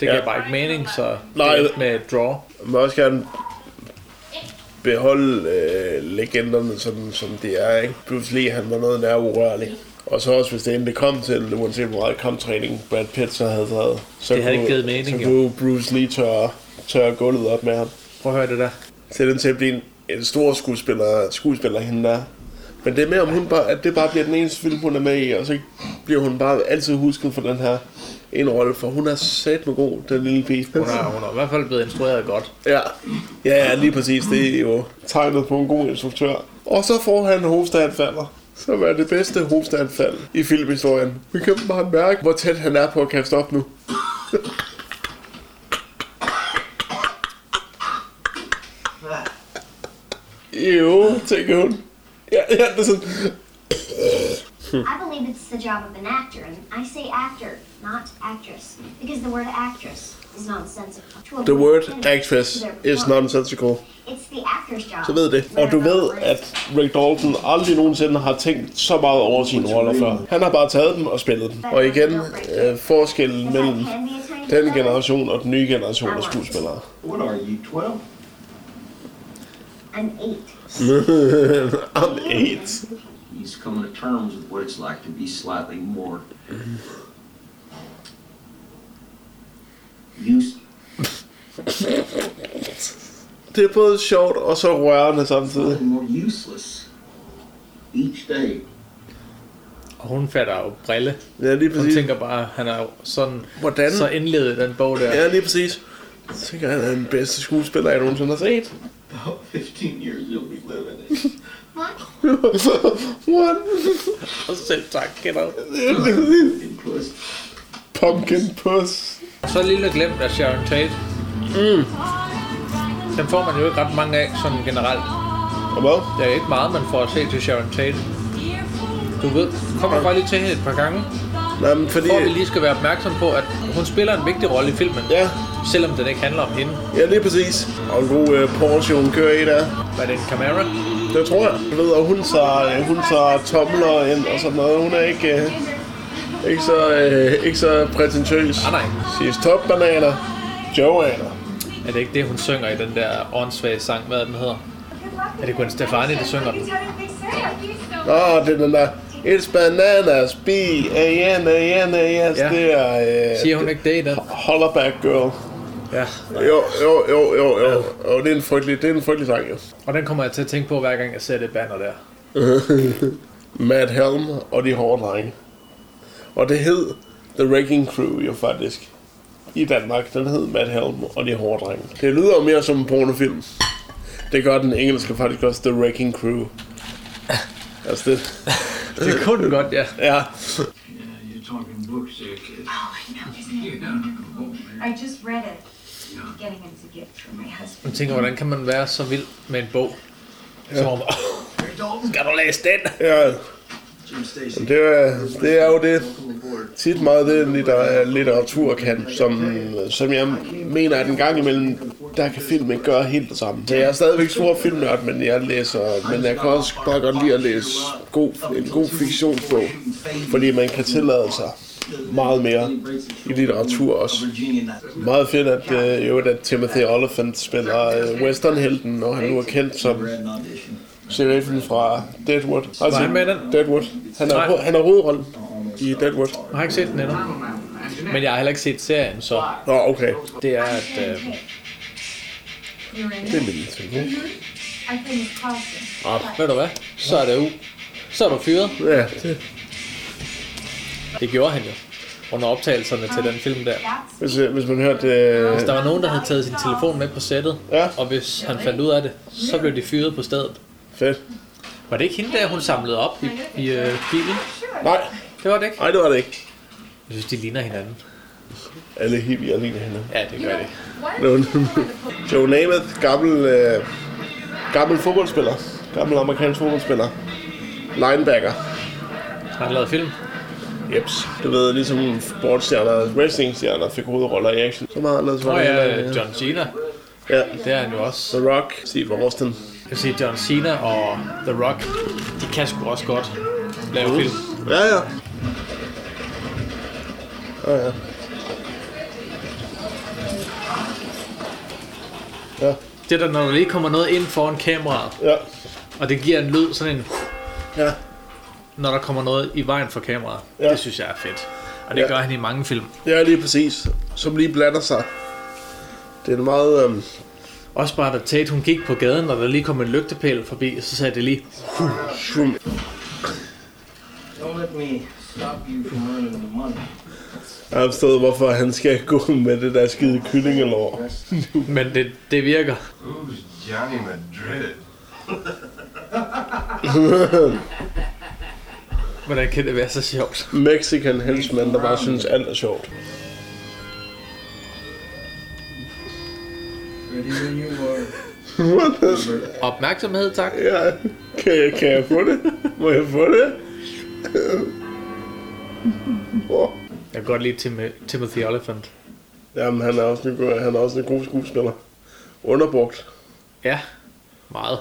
[SPEAKER 3] Det
[SPEAKER 1] Ja.
[SPEAKER 3] gav bare ikke mening, så
[SPEAKER 1] Nej.
[SPEAKER 3] det endte med et draw.
[SPEAKER 1] Jeg vil også gerne beholde øh, legenderne, som, som de er. Ikke? Pludselig han var noget nær urørlig. Og så også, hvis det endelig kom til, uanset hvor meget kamptræning Brad Pitt så havde taget, så
[SPEAKER 3] Det havde
[SPEAKER 1] kunne,
[SPEAKER 3] ikke givet mening,
[SPEAKER 1] så
[SPEAKER 3] jo.
[SPEAKER 1] kunne Bruce Lee tørre, tørre gulvet op med ham.
[SPEAKER 3] Prøv at høre det der.
[SPEAKER 1] Til den til at blive en, en stor skuespiller, skuespiller hende der. Men det er mere, om hun bare, at det bare bliver den eneste film, hun er med i, og så bliver hun bare altid husket for den her en rolle, for hun er satme god, den lille pige.
[SPEAKER 3] Hun er, hun er i hvert fald blevet instrueret godt.
[SPEAKER 1] Ja. ja, ja, lige præcis. Det er jo tegnet på en god instruktør. Og så får han hovedstandfalder, som er det bedste hovedstandfald i filmhistorien. Vi kan bare mærke, hvor tæt han er på at kaste op nu. jo, tænker hun. Ja, ja, det er sådan.
[SPEAKER 8] I believe it's the job of an actor, and I say actor, not actress, because the word actress is nonsensical. To a
[SPEAKER 1] The word
[SPEAKER 8] woman,
[SPEAKER 1] actress
[SPEAKER 8] to their
[SPEAKER 1] is
[SPEAKER 8] work,
[SPEAKER 1] nonsensical.
[SPEAKER 8] It's the actor's job.
[SPEAKER 1] Så ved det. Og du ved, at Rick Dalton aldrig nogensinde har tænkt så meget over sine roller før. Han har bare taget dem og spillet dem. Og igen, øh, forskellen mellem den generation og den nye generation af skuespillere.
[SPEAKER 4] What are you, 12?
[SPEAKER 8] I'm eight.
[SPEAKER 1] I'm eight.
[SPEAKER 4] He's coming to terms with what it's like to be slightly more. Used.
[SPEAKER 1] Det er både sjovt og så rørende samtidig.
[SPEAKER 4] more useless each day.
[SPEAKER 3] Og hun fatter jo brille.
[SPEAKER 1] Ja, lige
[SPEAKER 3] Hun
[SPEAKER 1] præcis.
[SPEAKER 3] tænker bare, han er jo sådan...
[SPEAKER 1] Hvordan?
[SPEAKER 3] Så indleder den bog der.
[SPEAKER 1] Ja, lige præcis. Jeg tænker, han er den bedste skuespiller, jeg nogensinde har set.
[SPEAKER 4] About 15 years you'll be living it.
[SPEAKER 1] What?
[SPEAKER 3] Og selv tak, kender
[SPEAKER 1] Pumpkin puss.
[SPEAKER 3] Så lige lidt glemt af Sharon Tate. Mm. Den får man jo ikke ret mange af, sådan generelt.
[SPEAKER 1] Og hvad?
[SPEAKER 3] Der er ikke meget, man får at se til Sharon Tate. Du ved, kommer bare lige til hende et par gange,
[SPEAKER 1] Nej, men fordi...
[SPEAKER 3] for at vi lige skal være opmærksom på, at hun spiller en vigtig rolle i filmen,
[SPEAKER 1] Ja,
[SPEAKER 3] selvom den ikke handler om hende.
[SPEAKER 1] ja lige præcis. Og en god øh, Porsche, hun kører i der.
[SPEAKER 3] Var det en Camara?
[SPEAKER 1] Det tror jeg. Du ved, og hun tager, øh, hun tager tomler ind og sådan noget. Hun er ikke, øh, ikke, så, øh, ikke så prætentiøs.
[SPEAKER 3] Ah, nej.
[SPEAKER 1] Siges topbananer, joaner.
[SPEAKER 3] Er det ikke det, hun synger i den der åndssvage sang, hvad den hedder? Er det Gwen Stefani, der synger den?
[SPEAKER 1] Åh, det er den der, it's bananas, b a n a n a s
[SPEAKER 3] Ja.
[SPEAKER 1] det er øh,
[SPEAKER 3] Siger hun ikke det i den?
[SPEAKER 1] Hollaback Girl.
[SPEAKER 3] Ja.
[SPEAKER 1] Jo, jo, jo, jo, jo. Og det er en frygtelig, det er en frygtelig sang, jo.
[SPEAKER 3] Og den kommer jeg til at tænke på, hver gang jeg ser det banner der.
[SPEAKER 1] Matt Helm og de hårde drenge. Og det hed The Wrecking Crew jo faktisk. I Danmark, den hed Matt Helm og de hårde drenge. Det lyder jo mere som en pornofilm. Det gør den engelske faktisk også, The Wrecking Crew. Altså det,
[SPEAKER 3] Det kunne den godt, ja.
[SPEAKER 1] ja.
[SPEAKER 5] You're talking books there, kid.
[SPEAKER 8] I just read it. Getting into gift for my husband.
[SPEAKER 3] Jeg tænker, hvordan kan man være så vild med en bog? Som om, skal du læse den?
[SPEAKER 1] ja.
[SPEAKER 5] Jim Stacy,
[SPEAKER 1] Det er, det er jo det tit meget det, litter, litteratur kan, som, som jeg mener, at en gang imellem, der kan film ikke gøre helt det samme. Så jeg er stadigvæk stor filmnørd, men jeg læser, men jeg kan også bare godt lide at læse god, en god fiktionsbog, fordi man kan tillade sig meget mere i litteratur også. Meget fedt, at, øh, i øvrigt, at Timothy Oliphant spiller øh, westernhelten, når han nu er kendt som sheriffen fra Deadwood. Altså,
[SPEAKER 3] han med i den?
[SPEAKER 1] Deadwood. Han er,
[SPEAKER 3] Nej.
[SPEAKER 1] ho- han er hovedrollen i Deadwood.
[SPEAKER 3] Jeg har ikke set den endnu. Men jeg har heller ikke set serien, så
[SPEAKER 1] Nå, okay.
[SPEAKER 3] det er, at øh,
[SPEAKER 8] uh, You're in
[SPEAKER 1] Det
[SPEAKER 8] it.
[SPEAKER 1] er min telefon.
[SPEAKER 8] I finished crossing.
[SPEAKER 3] ah, ved du hvad, så er det u. Så er du fyret.
[SPEAKER 1] Ja, det,
[SPEAKER 3] Det gjorde han jo under optagelserne til den film der.
[SPEAKER 8] That's
[SPEAKER 1] hvis, hvis man hørte... Øh,
[SPEAKER 3] Hvis der var nogen, der havde taget sin telefon med på sættet,
[SPEAKER 1] Ja.
[SPEAKER 3] og hvis han fandt ud af det, så blev de fyret på stedet.
[SPEAKER 1] fedt.
[SPEAKER 3] Var det ikke hende der, hun samlede op i, i øh, bilen?
[SPEAKER 1] Nej,
[SPEAKER 3] Det var det ikke.
[SPEAKER 1] nej, det var det ikke.
[SPEAKER 3] Jeg synes, de ligner hinanden.
[SPEAKER 1] Alle hippier ligner hende.
[SPEAKER 3] Ja, det gør det.
[SPEAKER 1] Det var Joe Namath, gammel, øh, gammel fodboldspiller. Gammel amerikansk fodboldspiller. Linebacker.
[SPEAKER 3] Har han lavet film?
[SPEAKER 1] Jeps. Du ved, ligesom sportsstjerner, wrestlingstjerner fik hovedroller i action. Så meget ellers var
[SPEAKER 3] Nå
[SPEAKER 1] det
[SPEAKER 3] ja,
[SPEAKER 1] heller ikke.
[SPEAKER 3] øh, John Cena.
[SPEAKER 1] ja.
[SPEAKER 3] Det er han jo også.
[SPEAKER 1] The Rock, Steve Austin.
[SPEAKER 3] Jeg vil sige, John Cena og The Rock, de kan sgu også godt lave film.
[SPEAKER 1] Ja, ja. Ja, ja. Ja,
[SPEAKER 3] Det er der, når der lige kommer noget ind foran kameraet,
[SPEAKER 1] ja,
[SPEAKER 3] og det giver en lyd, sådan en,
[SPEAKER 1] ja.
[SPEAKER 3] når der kommer noget i vejen for kameraet.
[SPEAKER 1] Ja.
[SPEAKER 3] Ja. Det synes jeg er fedt. Og det
[SPEAKER 1] Ja.
[SPEAKER 3] ja. gør han i mange film.
[SPEAKER 1] Ja, lige præcis. Som lige blander sig. Det er en meget... Øhm,
[SPEAKER 3] Også bare da Tate, hun gik på gaden, og der lige kom en lygtepæl forbi, så sagde det lige,
[SPEAKER 1] shum.
[SPEAKER 4] Don't let me stop you from running the money.
[SPEAKER 1] jeg har forstået, hvorfor han skal gå med det der skide kyllingelår.
[SPEAKER 3] men det, det virker.
[SPEAKER 5] Who's Johnny Madrid?
[SPEAKER 3] Hvordan kan det være så sjovt?
[SPEAKER 1] Mexican helsemænd, der bare synes alt er sjovt.
[SPEAKER 5] Ready when you are.
[SPEAKER 1] What the-
[SPEAKER 3] Opmærksomhed, tak.
[SPEAKER 1] ja, kan, jeg, kan jeg få det? Må jeg få det? Åh.
[SPEAKER 3] Jeg kan godt lide Tim- Timothy Oliphant.
[SPEAKER 1] Jamen, han er også en god, han er også en god skuespiller. Underbrugt.
[SPEAKER 3] Ja, meget.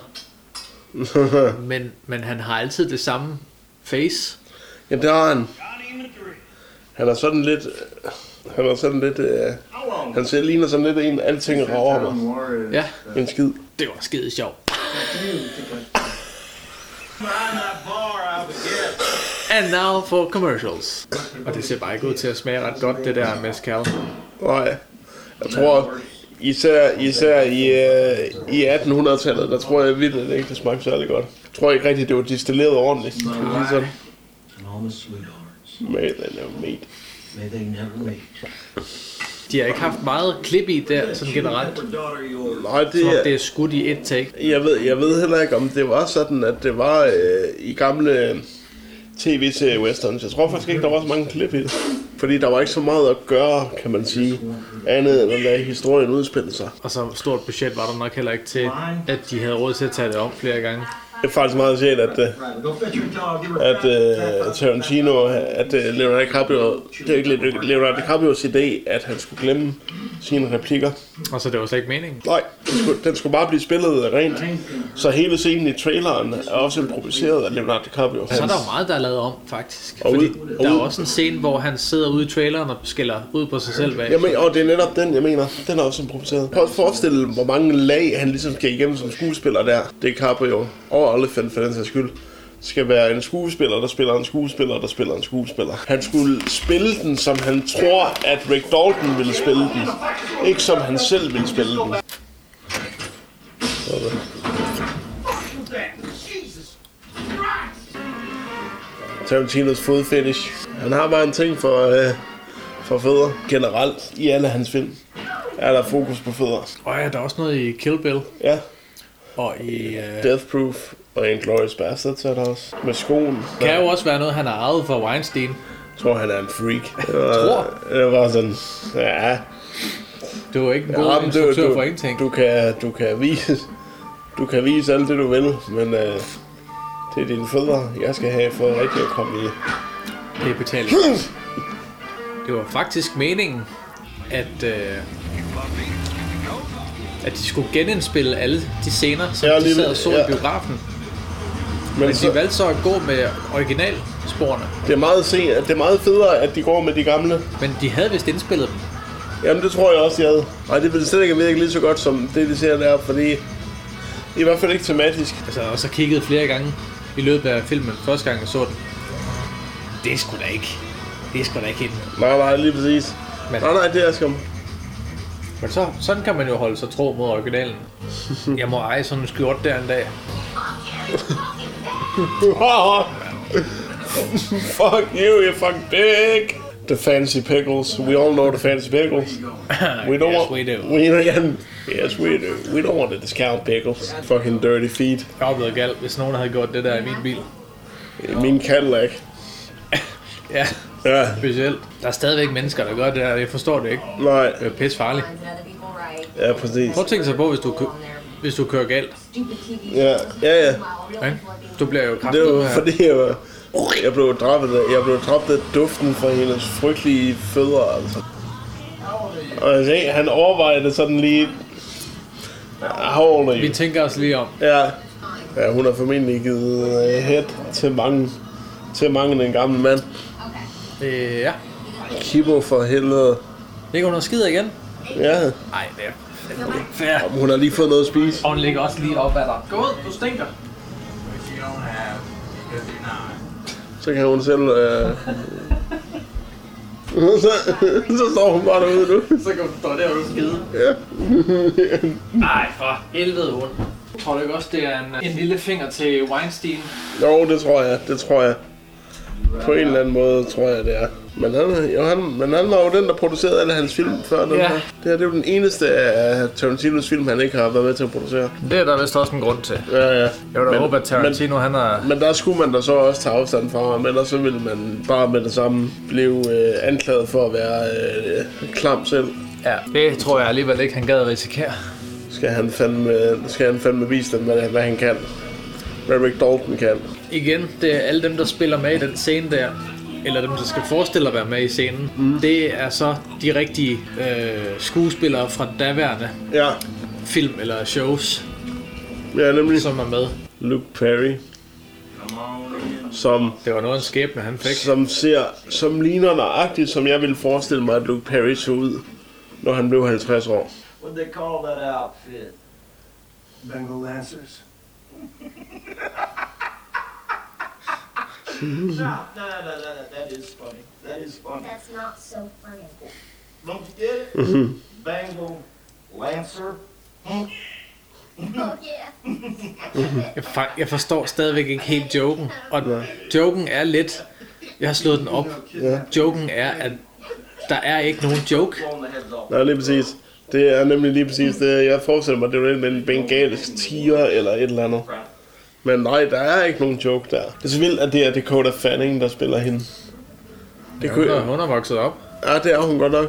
[SPEAKER 3] Men, men han har altid det samme face.
[SPEAKER 1] ja, det har han. Han er sådan lidt... øh, Han er sådan lidt... Øh, han ser ligner sådan lidt en, alting rager mig.
[SPEAKER 5] Warren.
[SPEAKER 3] Ja,
[SPEAKER 1] En skid.
[SPEAKER 3] det var skide sjovt. And now for commercials. Og det ser bare ikke ud til at smage ret godt, det der mezcal.
[SPEAKER 1] Nej. Jeg tror, især, især i, øh, i 1800-tallet, der tror jeg vildt, at det ikke smagte særlig godt. Jeg tror ikke rigtigt, det var distilleret ordentligt. Det var lige sådan.
[SPEAKER 4] And all the sweethearts,
[SPEAKER 1] Mate, I never made.
[SPEAKER 4] may they never meet.
[SPEAKER 3] De har ikke haft meget klip i der, sådan generelt.
[SPEAKER 1] Nej,
[SPEAKER 3] Som om
[SPEAKER 1] det,
[SPEAKER 3] det er skudt i et take.
[SPEAKER 1] Jeg ved, jeg ved heller ikke, om det var sådan, at det var øh, i gamle tv-serie westerns. Jeg tror faktisk ikke, der var så mange klip i det. Fordi der var ikke så meget at gøre, kan man sige, andet end at lade historien udspille sig.
[SPEAKER 3] Og så stort budget var der nok heller ikke til, at de havde råd til at tage det op flere gange.
[SPEAKER 1] Det er faktisk meget sjældent, at, øh,
[SPEAKER 4] Right, go fetch your dog, give her
[SPEAKER 1] at øh, Tarantino, at øh, Leonardo DiCaprio, det er ikke Le- Leonardo DiCaprios idé, at han skulle glemme sine replikker.
[SPEAKER 3] Og så det var slet ikke meningen.
[SPEAKER 1] Nej, den skulle, den skulle bare blive spillet rent. Så hele scenen i traileren er også improviseret af Leonardo DiCaprio.
[SPEAKER 3] Så er der jo meget, der er lavet om, faktisk.
[SPEAKER 1] Og
[SPEAKER 3] Fordi
[SPEAKER 1] ud- og
[SPEAKER 3] der er
[SPEAKER 1] ud-
[SPEAKER 3] jo også en scene, hvor han sidder ude i traileren og skælder ud på sig selv bag.
[SPEAKER 1] Jeg mener, og det er netop den, jeg mener. Den er også improviseret. Prøv at forestille, dig, hvor mange lag han ligesom skal igennem som skuespiller der. Det er Caprio og Oliphant for den sags skyld skal være en skuespiller, der spiller en skuespiller, der spiller en skuespiller. Han skulle spille den, som han tror, at Rick Dalton ville spille den. Ikke som han selv ville spille den. Sådan. Tarantinos fodfetish. Han har bare en ting for, øh, for fædre generelt i alle hans film. Er der fokus på fædre?
[SPEAKER 3] Og ja, der er også noget i Kill Bill.
[SPEAKER 1] Ja.
[SPEAKER 3] Og i... Øh,
[SPEAKER 1] Death Proof og Inglourious Bastards er der også. Med skoen.
[SPEAKER 3] kan
[SPEAKER 1] Jeg
[SPEAKER 3] jo også være noget, han har ejet for Weinstein.
[SPEAKER 1] tror, han er en freak. Det var,
[SPEAKER 3] Tror?
[SPEAKER 1] Det var sådan, ja.
[SPEAKER 3] Det var ikke en god
[SPEAKER 1] Jamen,
[SPEAKER 3] instruktør for ingenting.
[SPEAKER 1] du, kan, du kan vise... Du kan vise alt det, du vil, men øh, det er dine fædre, jeg skal have for rigtig at komme i.
[SPEAKER 3] Det er betaling. Det var faktisk meningen, at, øh, at de skulle genindspille alle de scener, som
[SPEAKER 1] Ja,
[SPEAKER 3] de
[SPEAKER 1] lige
[SPEAKER 3] sad
[SPEAKER 1] ved-
[SPEAKER 3] og så
[SPEAKER 1] ja.
[SPEAKER 3] i biografen.
[SPEAKER 1] Men
[SPEAKER 3] Men de
[SPEAKER 1] så,
[SPEAKER 3] valgte så at gå med originalsporene.
[SPEAKER 1] det, er meget se, det er meget federe, at de går med de gamle.
[SPEAKER 3] Men de havde vist indspillet dem.
[SPEAKER 1] Jamen, det tror jeg også, de havde. Nej, det ville slet ikke virke lige så godt som det, de ser der, fordi... I hvert fald ikke tematisk.
[SPEAKER 3] Altså, og så kiggede flere gange i løbet af filmen. Første gang jeg så den. Det er sgu da ikke. Det er sgu da ikke hende.
[SPEAKER 1] Nej, nej, lige præcis.
[SPEAKER 3] Men-
[SPEAKER 1] Nej, nej, det er skam.
[SPEAKER 3] Men så, sådan kan man jo holde sig tro mod originalen. Jeg må eje sådan en skjort der en dag.
[SPEAKER 1] Fuck you, you fucking pig! The fancy pickles. We all know the fancy pickles. We don't
[SPEAKER 3] Yes,
[SPEAKER 1] want.
[SPEAKER 3] we do.
[SPEAKER 1] We don't, yes, we do. We don't want to discount pickles. Fucking dirty feet.
[SPEAKER 3] Jeg var blevet galt, hvis nogen havde gjort det der i min bil.
[SPEAKER 1] Min Cadillac.
[SPEAKER 3] Ja,
[SPEAKER 1] Ja,
[SPEAKER 3] specielt. Der er stadigvæk mennesker, der gør det her. Jeg forstår det ikke.
[SPEAKER 1] nej.
[SPEAKER 3] Det er pisse farligt.
[SPEAKER 1] Ja, præcis.
[SPEAKER 3] Prøv at tænke sig på, hvis du, kø- hvis du kører galt.
[SPEAKER 1] Ja, ja, ja.
[SPEAKER 3] Ikke? Du bliver jo
[SPEAKER 1] Det
[SPEAKER 3] kraftigt
[SPEAKER 1] var fordi, jeg, var, jeg blev dræbt af, jeg blev dræbt af duften fra hendes frygtelige fødder, altså. Og jeg se, han overvejede sådan lige... How old are
[SPEAKER 3] Vi
[SPEAKER 1] you?
[SPEAKER 3] tænker os lige om.
[SPEAKER 1] Ja. ja, hun har formentlig givet øh, head til mange. til at mangle en gammel mand.
[SPEAKER 8] Okay.
[SPEAKER 3] Øh, ja.
[SPEAKER 1] Kibo for helvede.
[SPEAKER 3] Ligger hun og skider igen?
[SPEAKER 1] Ja,
[SPEAKER 3] Nej, det er fandme ikke fair.
[SPEAKER 1] hun har lige fået noget at spise.
[SPEAKER 3] Og hun ligger også lige op ad dig. Gå ud, du stinker.
[SPEAKER 5] Which you don't have because you're not.
[SPEAKER 1] Så kan hun selv... Øh... så, så står hun bare derude nu.
[SPEAKER 5] Så kan du stå der og skide.
[SPEAKER 1] Ja.
[SPEAKER 3] Nej, for helvede hun. Tror du ikke også, det er en, en lille finger til Weinstein?
[SPEAKER 1] Jo, det tror jeg. Det tror jeg. På en eller anden måde tror jeg, det er. Men han, jo, han, men han var jo den, der producerede alle hans film før den
[SPEAKER 3] Ja.
[SPEAKER 1] her. Det her det er jo den eneste af Tarantinos film, han ikke har været med til at producere.
[SPEAKER 9] Det er der vist også en grund til.
[SPEAKER 1] Ja, ja.
[SPEAKER 9] Jeg vil da
[SPEAKER 1] Men-
[SPEAKER 9] håbe, at Tarantino, han har...
[SPEAKER 1] Men der skulle man da så også tage afstand fra ham, ellers så ville man bare med det samme blive øh, anklaget for at være øh, klam selv.
[SPEAKER 9] Ja, det tror jeg alligevel ikke, han gad risikere.
[SPEAKER 1] Skal han fandme, skal han fandme vise dem, hvad, hvad han kan. Hvad Rick Dalton kan.
[SPEAKER 3] igen, det er alle dem, der spiller med i den scene der, eller dem, der skal forestille at være med i scenen, mm. det er så de rigtige øh, skuespillere fra daværende
[SPEAKER 1] Ja,
[SPEAKER 3] film eller shows,
[SPEAKER 1] ja nemlig.
[SPEAKER 3] som er med.
[SPEAKER 1] Luke Perry. Som,
[SPEAKER 3] Det var noget af en skæbne, han fik.
[SPEAKER 1] som ser, som ligner nøjagtigt, som jeg ville forestille mig, at Luke Perry så ud, når han blev 50 år.
[SPEAKER 4] What'd they call that outfit?
[SPEAKER 2] Bengal Lancers.
[SPEAKER 4] no, no, no, no, no, that is funny. That is funny.
[SPEAKER 8] That's not so funny.
[SPEAKER 4] Don't you get it? Bengal Lancer.
[SPEAKER 8] Oh, yeah.
[SPEAKER 3] Jeg, fa- jeg forstår stadigvæk ikke helt joken, og joken er lidt... Jeg har slået den op.
[SPEAKER 1] Ja.
[SPEAKER 3] Joken er, at der er ikke nogen joke.
[SPEAKER 4] Blowing the heads off.
[SPEAKER 1] Nej, lige præcis. Det er nemlig lige præcis det, jeg forestiller mig, det er med en bengalisk tiger eller et eller andet. Men nej, der er ikke nogen joke der. Det er så vildt, at det er Dakota Fanning, der spiller hende.
[SPEAKER 9] Hun
[SPEAKER 1] Det kunne,
[SPEAKER 9] er, hun er vokset op.
[SPEAKER 1] Ja, det er hun godt nok.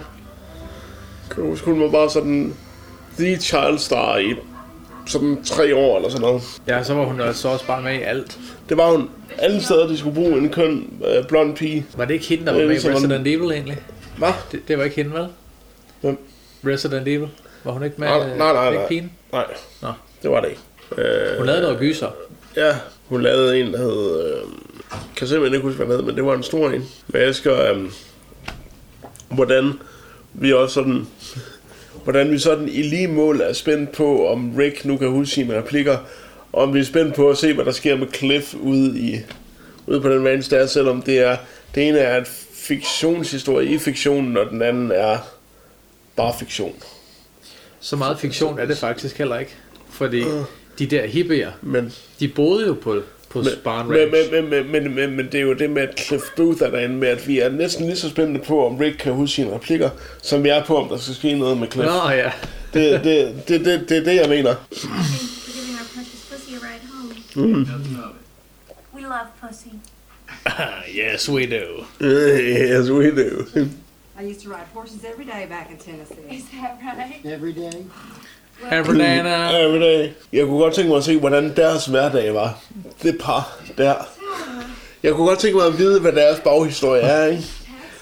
[SPEAKER 1] Jeg kan huske, hun var bare sådan... The child star i sådan tre år eller sådan noget.
[SPEAKER 9] Ja, så var hun altså også bare med i alt.
[SPEAKER 1] Det var hun alle steder, de skulle bruge en køn øh, blond pige.
[SPEAKER 3] Var det ikke hende, der var med i
[SPEAKER 1] Elsa,
[SPEAKER 3] Resident Evil egentlig?
[SPEAKER 1] Hvad?
[SPEAKER 3] Det, det var ikke hende, vel?
[SPEAKER 1] Hvem?
[SPEAKER 3] Resident Evil. Var hun ikke med?
[SPEAKER 1] Nej,
[SPEAKER 3] øh,
[SPEAKER 1] nej, nej,
[SPEAKER 3] ikke
[SPEAKER 1] nej.
[SPEAKER 3] pigen?
[SPEAKER 1] Nej.
[SPEAKER 3] Nå.
[SPEAKER 1] Det var det ikke. Øh,
[SPEAKER 3] Hun lavede noget gyser.
[SPEAKER 1] ja, hun lavede en, der hed... Øh, kan simpelthen ikke huske, hvad den hed, men det var en stor en. Men jeg elsker, øh, hvordan vi også sådan... Hvordan vi sådan i lige mål er spændt på, om Rick nu kan huske sine replikker. Og om vi er spændt på at se, hvad der sker med Cliff ude, i, ude på den ranch der, selvom det er... Det ene er en fiktionshistorie i fiktionen, og den anden er bare fiktion.
[SPEAKER 3] Så meget fiktion er det faktisk heller ikke. Fordi
[SPEAKER 1] Øh.
[SPEAKER 3] de der hippier,
[SPEAKER 1] Men
[SPEAKER 3] de boede jo på, på
[SPEAKER 1] Men-
[SPEAKER 3] Sparn Ranch.
[SPEAKER 1] Men, men, men, men, men, men, men det er jo det med, at Cliff Booth er derinde med, at vi er næsten lige så spændte på, om Rick kan huske sine replikker, som vi er på, om der skal ske noget med Cliff.
[SPEAKER 3] Nå ja.
[SPEAKER 1] Det, det, det, det, det er det, jeg mener.
[SPEAKER 8] We're giving our precious pussy a ride home.
[SPEAKER 5] Doesn't love it.
[SPEAKER 8] We love pussy.
[SPEAKER 3] Yes, we do.
[SPEAKER 1] Øh, yes, we do.
[SPEAKER 10] I used to ride horses every day back in Tennessee.
[SPEAKER 8] Is that right?
[SPEAKER 4] Every day.
[SPEAKER 3] Havana.
[SPEAKER 1] Every day. Jeg kunne godt tænke mig at se, hvordan deres hverdag var. Det par der. Jeg kunne godt tænke mig at vide, hvad deres baghistorie er, ikke?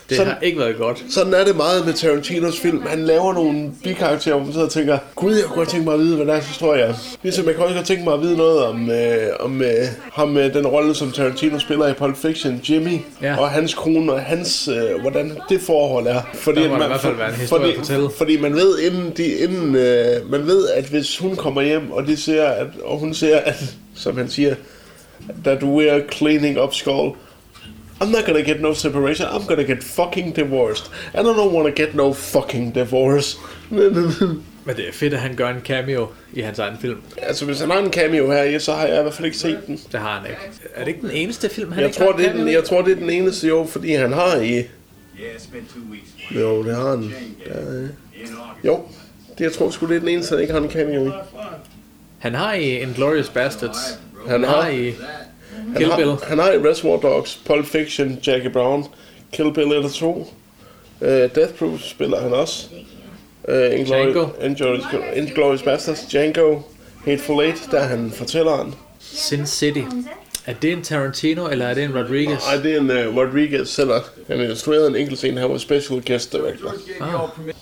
[SPEAKER 3] Det
[SPEAKER 1] Sådan-
[SPEAKER 3] har ikke været godt.
[SPEAKER 1] Sådan er det meget med Tarantinos film. Han laver nogle bikarakterer, hvor man sidder og tænker, Gud, jeg kunne godt tænke mig at vide, hvad deres historie er. Ligesom jeg kunne også godt tænke mig at vide noget om, øh, om øh, ham, øh, den rolle, som Tarantino spiller i Pulp Fiction, Jimmy,
[SPEAKER 3] Ja.
[SPEAKER 1] og hans kone, og hans, øh, hvordan det forhold er. Fordi,
[SPEAKER 3] Der må
[SPEAKER 1] at
[SPEAKER 3] der i hvert fald være en historie at
[SPEAKER 1] fordi,
[SPEAKER 3] fortælle.
[SPEAKER 1] fordi man ved, inden de, inden, øh, man ved, at hvis hun kommer hjem, og, de ser, at, og hun ser, at, som han siger, that we're cleaning up skull, I'm not gonna get no separation. I'm gonna get fucking divorced. And I don't wanna get no fucking divorce.
[SPEAKER 3] Men det er fedt, at han gør en cameo i hans egen film.
[SPEAKER 1] altså, hvis han har en cameo her, ja, så har jeg i hvert fald ikke set den.
[SPEAKER 3] Det har han ikke. Er det ikke den eneste film, han
[SPEAKER 1] Jeg
[SPEAKER 3] ikke
[SPEAKER 1] tror,
[SPEAKER 3] har en
[SPEAKER 1] det er den,
[SPEAKER 3] cameo i?
[SPEAKER 1] jeg tror, det er den eneste jo, fordi han har i...
[SPEAKER 5] Yeah, it's been two weeks.
[SPEAKER 1] Jo, det har han.
[SPEAKER 5] In August.
[SPEAKER 1] Jo, det jeg tror sgu, det er den eneste, han ikke har en cameo i.
[SPEAKER 3] Han har i Inglourious Bastards.
[SPEAKER 1] Han
[SPEAKER 3] Han
[SPEAKER 1] har-
[SPEAKER 3] har i
[SPEAKER 5] That.
[SPEAKER 3] Kill Bill.
[SPEAKER 1] Han har i Reservoir Dogs, Pulp Fiction, Jackie Brown, Kill Bill 1 og 2. Uh, Death Proof spiller han også. Uh,
[SPEAKER 3] Django.
[SPEAKER 1] Inglorious, Inglorious Bastards, Django, Hateful Eight, der er han fortælleren.
[SPEAKER 3] Sin City. Er det en Tarantino, eller er det en Rodriguez?
[SPEAKER 1] Ej, det er en uh, Rodriguez selv. Han instruerede en enkelt scene, han var special guest director.
[SPEAKER 5] George gave
[SPEAKER 3] Ah.
[SPEAKER 5] y'all permission.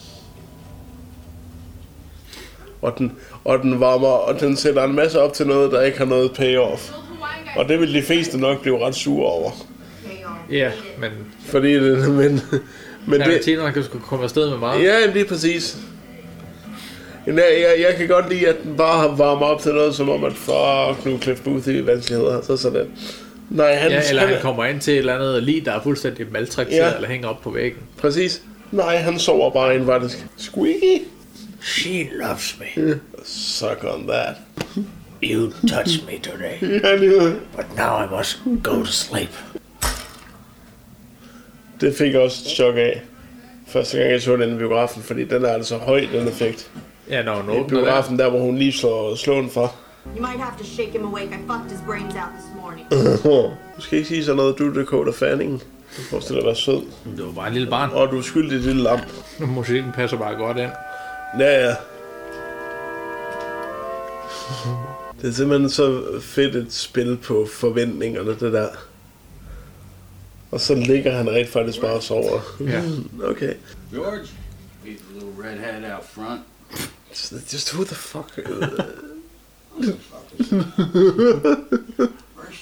[SPEAKER 1] Og den, og den varmer, og den sætter en masse op til noget, der ikke har noget payoff. Og det vil de fleste nok blive ret sure over.
[SPEAKER 3] Ja, men...
[SPEAKER 1] Fordi det, men...
[SPEAKER 3] Men Tarantino, han kan sgu komme afsted med meget.
[SPEAKER 1] Ja, lige præcis. Jamen, Jeg, jeg, jeg kan godt lide, at den bare varmer op til noget, som om at fuck, nu er Cliff Booth i vanskeligheder. Så sådan. Nej, han,
[SPEAKER 3] Ja, eller han kommer ind til et eller andet lige, der er fuldstændig maltrakteret,
[SPEAKER 1] Ja.
[SPEAKER 3] ja. eller hænger op på væggen.
[SPEAKER 1] Præcis. Nej, han sover bare ind, var det squeaky.
[SPEAKER 11] She loves me.
[SPEAKER 1] Suck on that.
[SPEAKER 11] You touched me today.
[SPEAKER 1] Ja, lige
[SPEAKER 11] But now I must go to sleep.
[SPEAKER 1] Det fik jeg også et chok af. Første gang jeg så den i biografen, fordi den er altså høj, den effekt.
[SPEAKER 3] Ja, når hun
[SPEAKER 1] I
[SPEAKER 3] åbner der.
[SPEAKER 1] biografen, der hvor hun lige slår slåen for.
[SPEAKER 10] You might have to shake him awake. I fucked his brains out this morning.
[SPEAKER 1] Du skal ikke sige sådan noget, du er Dakota Fanning. Du forestiller dig sød.
[SPEAKER 3] Det var bare et lille barn.
[SPEAKER 1] Og du er skyldig, lille lam.
[SPEAKER 3] Musikken passer bare godt ind.
[SPEAKER 1] Ja, ja. Det er simpelthen så fedt et spil på forventningerne, det der. Og så ligger han rent faktisk bare og sover.
[SPEAKER 3] Ja.
[SPEAKER 1] Mm, Okay.
[SPEAKER 5] George, he's the little redhead out front.
[SPEAKER 1] Just just who the fuck?
[SPEAKER 5] First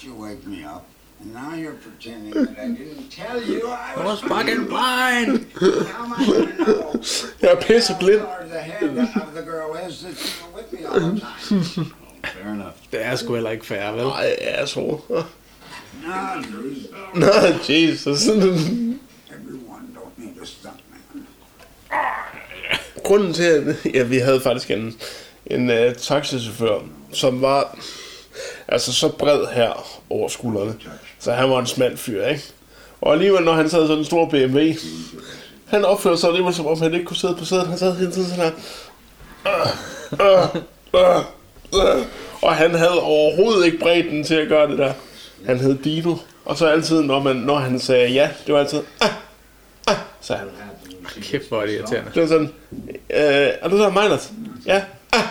[SPEAKER 5] you wake me up, and now you're pretending that I didn't tell you I
[SPEAKER 11] I was fucking blind.
[SPEAKER 5] How am I gonna know
[SPEAKER 1] Jeg er pisseblind.
[SPEAKER 5] where the head of the girl is that she's with me all the time? Fair enough.
[SPEAKER 3] Det er sgu heller ikke fair, vel?
[SPEAKER 1] Nej, asshole.
[SPEAKER 5] No, Drews,
[SPEAKER 1] Nå, Jesus.
[SPEAKER 5] everyone don't need a stuntman.
[SPEAKER 1] Grunden til, at ja, vi havde faktisk en, en uh, taxichauffør, som var altså så bred her over skuldrene. Så han var en smal fyr, ikke? Og alligevel, når han sad i sådan en stor BMW, han opførte sig alligevel, som om han ikke kunne sidde på sædet. Han sad hele tiden sådan her. Øh, øh, øh, øh. Og han havde overhovedet ikke bredden til at gøre det der. Han hed Dino. Og så altid, når, man, når han sagde ja, det var altid... Ah, ah, sagde han.
[SPEAKER 3] Kæft, hvor er det irriterende.
[SPEAKER 1] Det var sådan, øh, er du der, Meinert? Ja. Ah,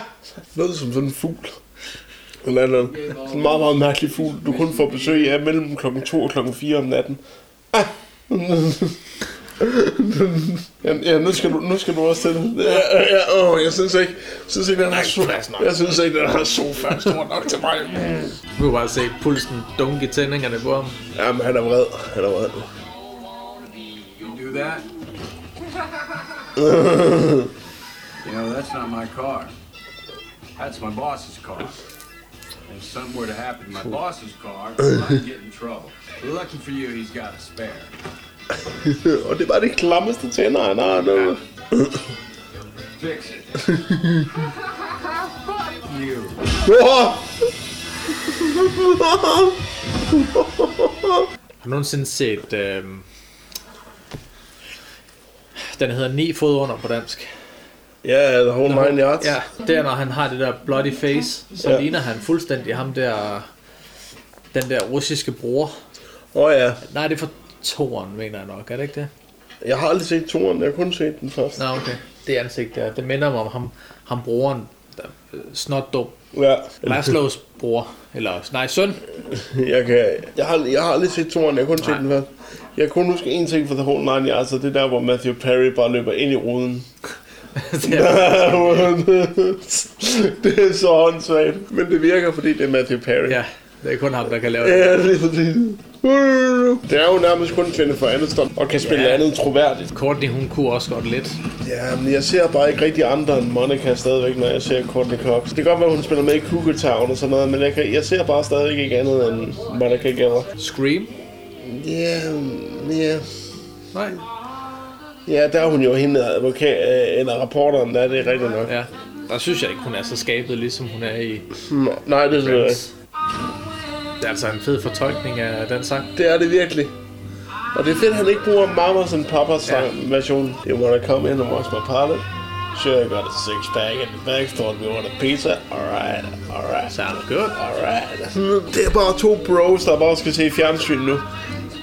[SPEAKER 1] lød som sådan en fugl. Eller et eller andet. Sådan en meget, meget mærkelig fugl, du kun får besøg af mellem klokken 2 og klokken 4 om natten. Ah. ja, ja, nu skal du, nu skal du også til det. Ja, ja, ja, åh, jeg synes ikke, jeg synes ikke, den har sofa. Jeg synes ikke, den har sofa er stor nok til mig.
[SPEAKER 3] Du kunne bare se pulsen dunke i tændingerne på ham.
[SPEAKER 1] Jamen, han er vred. Han er vred nu.
[SPEAKER 5] You do that? you know, that's not my car. That's my boss's car. If something were to happen to my boss's car, I'd get in trouble. Lucky for you, he's got a spare.
[SPEAKER 1] Og det er bare det klammeste tænder, han har nu.
[SPEAKER 5] Fix it. Fuck you.
[SPEAKER 3] Har du nogensinde set... Øh... Den hedder 9 fod under på dansk.
[SPEAKER 1] Ja, the whole nine yards.
[SPEAKER 3] Ja, der når han har det der bloody face, så
[SPEAKER 1] Ja.
[SPEAKER 3] ja. ligner han fuldstændig ham der... Den der russiske bror.
[SPEAKER 1] Åh oh, ja,
[SPEAKER 3] Nej, det er for toren, mener jeg nok, er det ikke det?
[SPEAKER 1] Jeg har aldrig set toren, jeg har kun set den første.
[SPEAKER 3] Nå, okay. Det ansigt der, det minder mig om ham, ham broren, der øh, snotdum.
[SPEAKER 1] Ja.
[SPEAKER 3] Laszlo's bror, eller nej, søn.
[SPEAKER 1] Jeg, kan, jeg, har, jeg har aldrig set toren, jeg har kun set
[SPEAKER 3] Nej.
[SPEAKER 1] den første. Jeg kan kun huske én ting fra The Whole Nine Yards, og det er der, hvor Matthew Perry bare løber ind i ruden. det er så håndsvagt. Men det virker, fordi det er Matthew Perry.
[SPEAKER 3] ja, det er kun ham, der kan lave det.
[SPEAKER 1] Ja, lige præcis. Det er jo nærmest kun Jennifer Aniston, og kan spille
[SPEAKER 3] Ja.
[SPEAKER 1] andet troværdigt.
[SPEAKER 3] Courtney, hun kunne også godt lidt.
[SPEAKER 1] Ja, men jeg ser bare ikke rigtig andre end Monica stadigvæk, når jeg ser Courtney Cox. Det kan godt være, hun spiller med i Cougar Town og sådan noget, men jeg, kan, jeg ser bare stadigvæk ikke andet end Monica Geller.
[SPEAKER 3] Scream?
[SPEAKER 1] Ja, ja.
[SPEAKER 3] Nej.
[SPEAKER 1] Ja, der er hun jo hende advokat, øh, eller rapporteren, der er det rigtigt nok.
[SPEAKER 3] Ja. Der synes jeg ikke, hun er så skabet, ligesom hun er i
[SPEAKER 1] Nå, Mm, Nej, det er det ikke.
[SPEAKER 3] Friends. Det er altså en fed fortolkning af den sang.
[SPEAKER 1] Det er det virkelig. Og det er fedt, at han ikke bruger Mamas and Papas sang version. You wanna come in and watch my pilot? Sure, I got a six pack in the back. Thought we want a pizza. Alright, alright.
[SPEAKER 3] Sounds good.
[SPEAKER 1] Alright. Det er bare to bros, der bare skal se fjernsyn nu.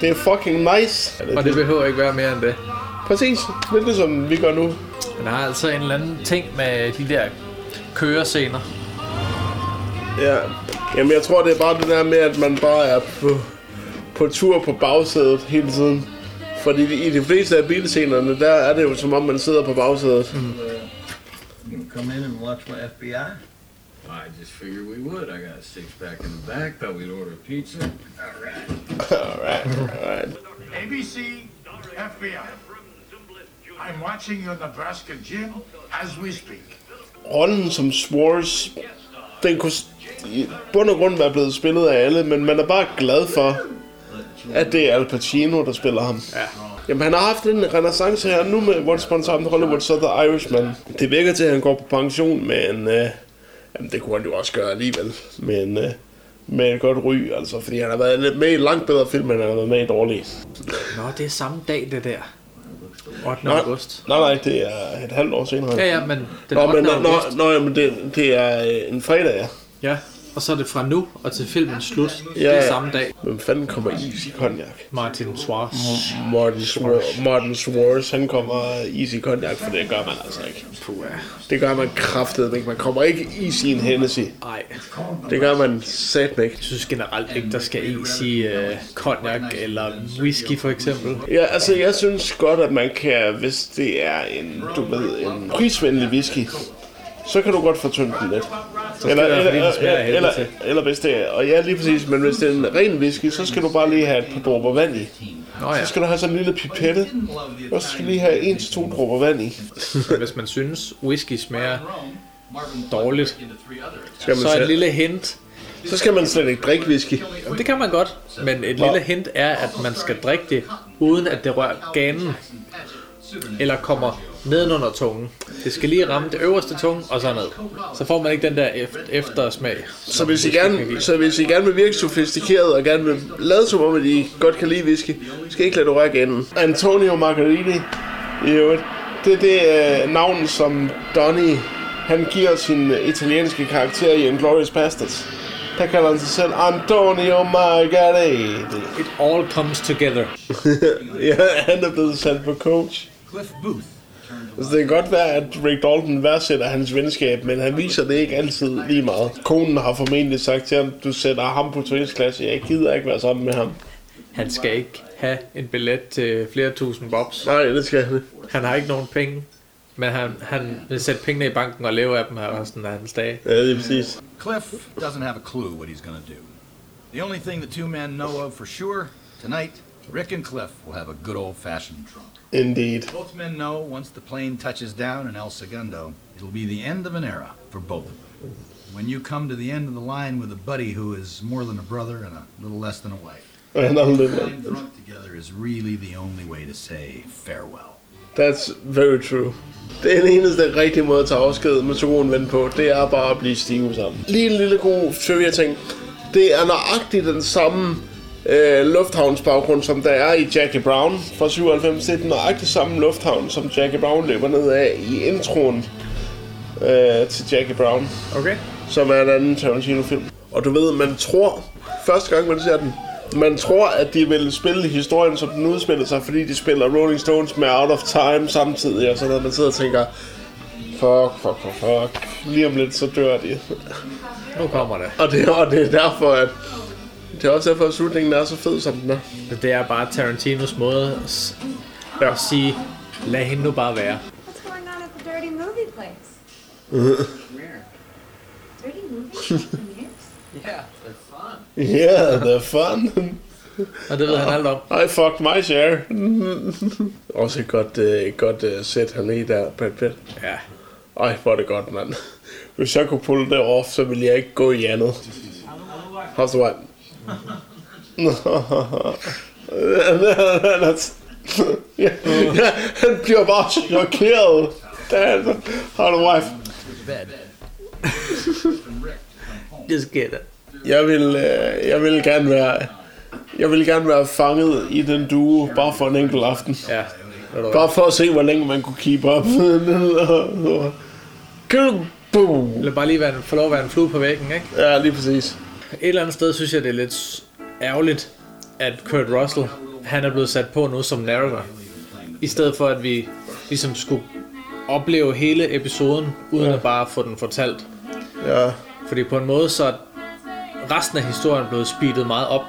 [SPEAKER 1] Det er fucking nice.
[SPEAKER 3] Og det behøver ikke være mere end det.
[SPEAKER 1] Præcis. Lidt ligesom vi gør nu.
[SPEAKER 3] Men der er altså en eller anden ting med de der kørescener.
[SPEAKER 1] Ja, jamen jeg tror, det er bare det der med, at man bare er på, på tur på bagsædet hele tiden. Fordi i de fleste af bilscenerne, der er det jo som om, man sidder på bagsædet. Mm.
[SPEAKER 4] You gonna come in and watch my FBI?
[SPEAKER 5] I just figured we would. I got a six pack in the back, thought we'd order pizza. All right.
[SPEAKER 1] Alright, alright.
[SPEAKER 4] ABC, FBI. I'm watching your Nebraska gym as we speak.
[SPEAKER 1] Rollen som Swores, den kunne s- i bund og grund være blevet spillet af alle, men man er bare glad for, at det er Al Pacino, der spiller ham. Ja. Jamen, han har haft en renaissance her nu med Once Upon a Time in Hollywood, så The Irishman. Det virker til, at han går på pension med en... Øh, jamen, det kunne han jo også gøre alligevel. Men øh, med et godt ry, altså, fordi han har været lidt med i langt bedre film, end han har været med i dårlige.
[SPEAKER 3] Nå, det er samme dag, det der. 8.
[SPEAKER 1] Nej,
[SPEAKER 3] august.
[SPEAKER 1] Nej, nej, det er et halvt år senere.
[SPEAKER 3] Ja, ja, men den
[SPEAKER 1] nå,
[SPEAKER 3] 8.
[SPEAKER 1] men, nå,
[SPEAKER 3] august.
[SPEAKER 1] Nå, nå, ja, men det, det er øh, en fredag, ja.
[SPEAKER 3] Ja, og så er det fra nu og til filmen slut.
[SPEAKER 1] Ja,
[SPEAKER 3] Ja, det er
[SPEAKER 1] ja.
[SPEAKER 3] samme dag.
[SPEAKER 1] Hvem fanden kommer is i cognac?
[SPEAKER 3] Martin Suarez.
[SPEAKER 1] Martin, Swar- Martin Suarez, han kommer easy cognac, for det gør man altså ikke. Det gør man kraftet ikke. Man kommer ikke is i en Hennessy.
[SPEAKER 3] Nej.
[SPEAKER 1] Det gør man satme ikke.
[SPEAKER 3] Jeg synes generelt ikke, der skal is i øh, cognac eller whisky for eksempel.
[SPEAKER 1] Ja, altså jeg synes godt, at man kan, hvis det er en, du ved, en prisvenlig whisky, så kan du godt fortynde den lidt.
[SPEAKER 3] skal det være, fordi den smager af helvede
[SPEAKER 1] eller,
[SPEAKER 3] til.
[SPEAKER 1] eller hvis det er, og ja, lige præcis, men hvis det er en ren whisky, så skal du bare lige have et par dråber vand i.
[SPEAKER 3] Nå ja.
[SPEAKER 1] Så skal du have sådan en lille pipette, og så skal du lige have en til to dråber vand i.
[SPEAKER 3] Men Hvis man synes, whisky smager dårligt,
[SPEAKER 1] Skal man
[SPEAKER 3] så
[SPEAKER 1] selv-
[SPEAKER 3] et lille hint.
[SPEAKER 1] Så skal man slet ikke drikke whisky.
[SPEAKER 3] Jamen, det kan man godt, men et
[SPEAKER 1] Nå.
[SPEAKER 3] lille hint er, at man skal drikke det, uden at det rører ganen. Eller kommer nedenunder tungen. Det skal lige ramme det øverste tunge, og så ned. Så får man ikke den der eft- eftersmag.
[SPEAKER 1] Så hvis, I gerne, så hvis I gerne vil virke sofistikeret og gerne vil lade som om, at I godt kan lide whisky, skal I ikke lade det røre igen. Antonio Margarini, i øvrigt, det er det øh, navn, som Donny, han giver sin øh, italienske karakter i Inglourious Bastards. Der kalder han sig selv Antonio Margarini.
[SPEAKER 3] It all comes together.
[SPEAKER 1] ja, han er blevet sat på coach.
[SPEAKER 5] Cliff Booth.
[SPEAKER 1] Altså, det kan godt være, at Rick Dalton værdsætter hans venskab, men han viser det ikke altid lige meget. Konen har formentlig sagt til ham, du sætter ham på turistklasse, jeg gider ikke være sammen med ham.
[SPEAKER 3] Han skal ikke have en billet til flere tusind bobs.
[SPEAKER 1] Nej, det skal han ikke.
[SPEAKER 3] Han har ikke nogen penge, men han, han vil sætte pengene i banken og leve af dem her resten af hans dage.
[SPEAKER 1] Ja, det er præcis.
[SPEAKER 5] Cliff doesn't have a clue what he's gonna do. The only thing the two men know of for sure tonight, Rick and Cliff will have a good old-fashioned drunk.
[SPEAKER 1] Indeed.
[SPEAKER 5] Both men know once the plane touches down in El Segundo, it'll be the end of an era for both of them. When you come to the end of the line with a buddy who is more than a brother and a little less than a wife,
[SPEAKER 1] And a little-
[SPEAKER 5] time drunk together is really the only way to say farewell.
[SPEAKER 1] That's very true. Det er den eneste rigtige måde at tage afsked med så god en ven på, det er bare at blive stive sammen. Lige en lille god trivia ting. Det er nøjagtigt den samme øh, lufthavnsbaggrund, som der er i Jackie Brown fra 97. Det er den nøjagtigt samme lufthavn, som Jackie Brown løber ned af i introen øh, til Jackie Brown.
[SPEAKER 3] Okay.
[SPEAKER 1] Som er en anden Tarantino-film. Og du ved, man tror, første gang man ser den, man tror, at de vil spille historien, som den udspiller sig, fordi de spiller Rolling Stones med Out of Time samtidig, og sådan noget. Man sidder og tænker, fuck, fuck, fuck, fuck. Lige om lidt, så dør de.
[SPEAKER 3] Nu kommer det.
[SPEAKER 1] og det, og det er derfor, at... Det er også derfor, at slutningen er så fed, som den er.
[SPEAKER 3] Det er bare Tarantinos måde at, s- at sige, lad hende nu bare være.
[SPEAKER 7] What's going on at the dirty movie place? Dirty movie premieres?
[SPEAKER 12] Yeah, they're fun.
[SPEAKER 1] Yeah, they're fun.
[SPEAKER 3] Og det ved han alt om.
[SPEAKER 1] I fucked my share. Også et godt, øh, et godt øh, sæt han i der, Brad Pitt.
[SPEAKER 3] Ja.
[SPEAKER 1] Ej, hvor er det godt, mand. Hvis jeg kunne pulle det off, så ville jeg ikke gå i andet. How's the wife? ja, ja, han bliver bare chokeret. Dan, how's the wife?
[SPEAKER 3] Det sker det.
[SPEAKER 1] Jeg vil, øh, jeg vil gerne være... Jeg vil gerne være fanget i den duo, bare for en enkelt aften.
[SPEAKER 3] Ja.
[SPEAKER 1] Bare for at se, hvor længe man kunne keep up. Boom.
[SPEAKER 3] Lad bare lige være en, få lov at være en flue på væggen, ikke?
[SPEAKER 1] Ja, lige præcis.
[SPEAKER 3] Et eller andet sted synes jeg, det er lidt ærgerligt, at Kurt Russell, han er blevet sat på nu som narrator. I stedet for, at vi ligesom skulle opleve hele episoden, uden
[SPEAKER 1] Ja.
[SPEAKER 3] ja. at bare få den fortalt.
[SPEAKER 1] Ja.
[SPEAKER 3] Fordi på en måde, så er resten af historien blevet speedet meget op.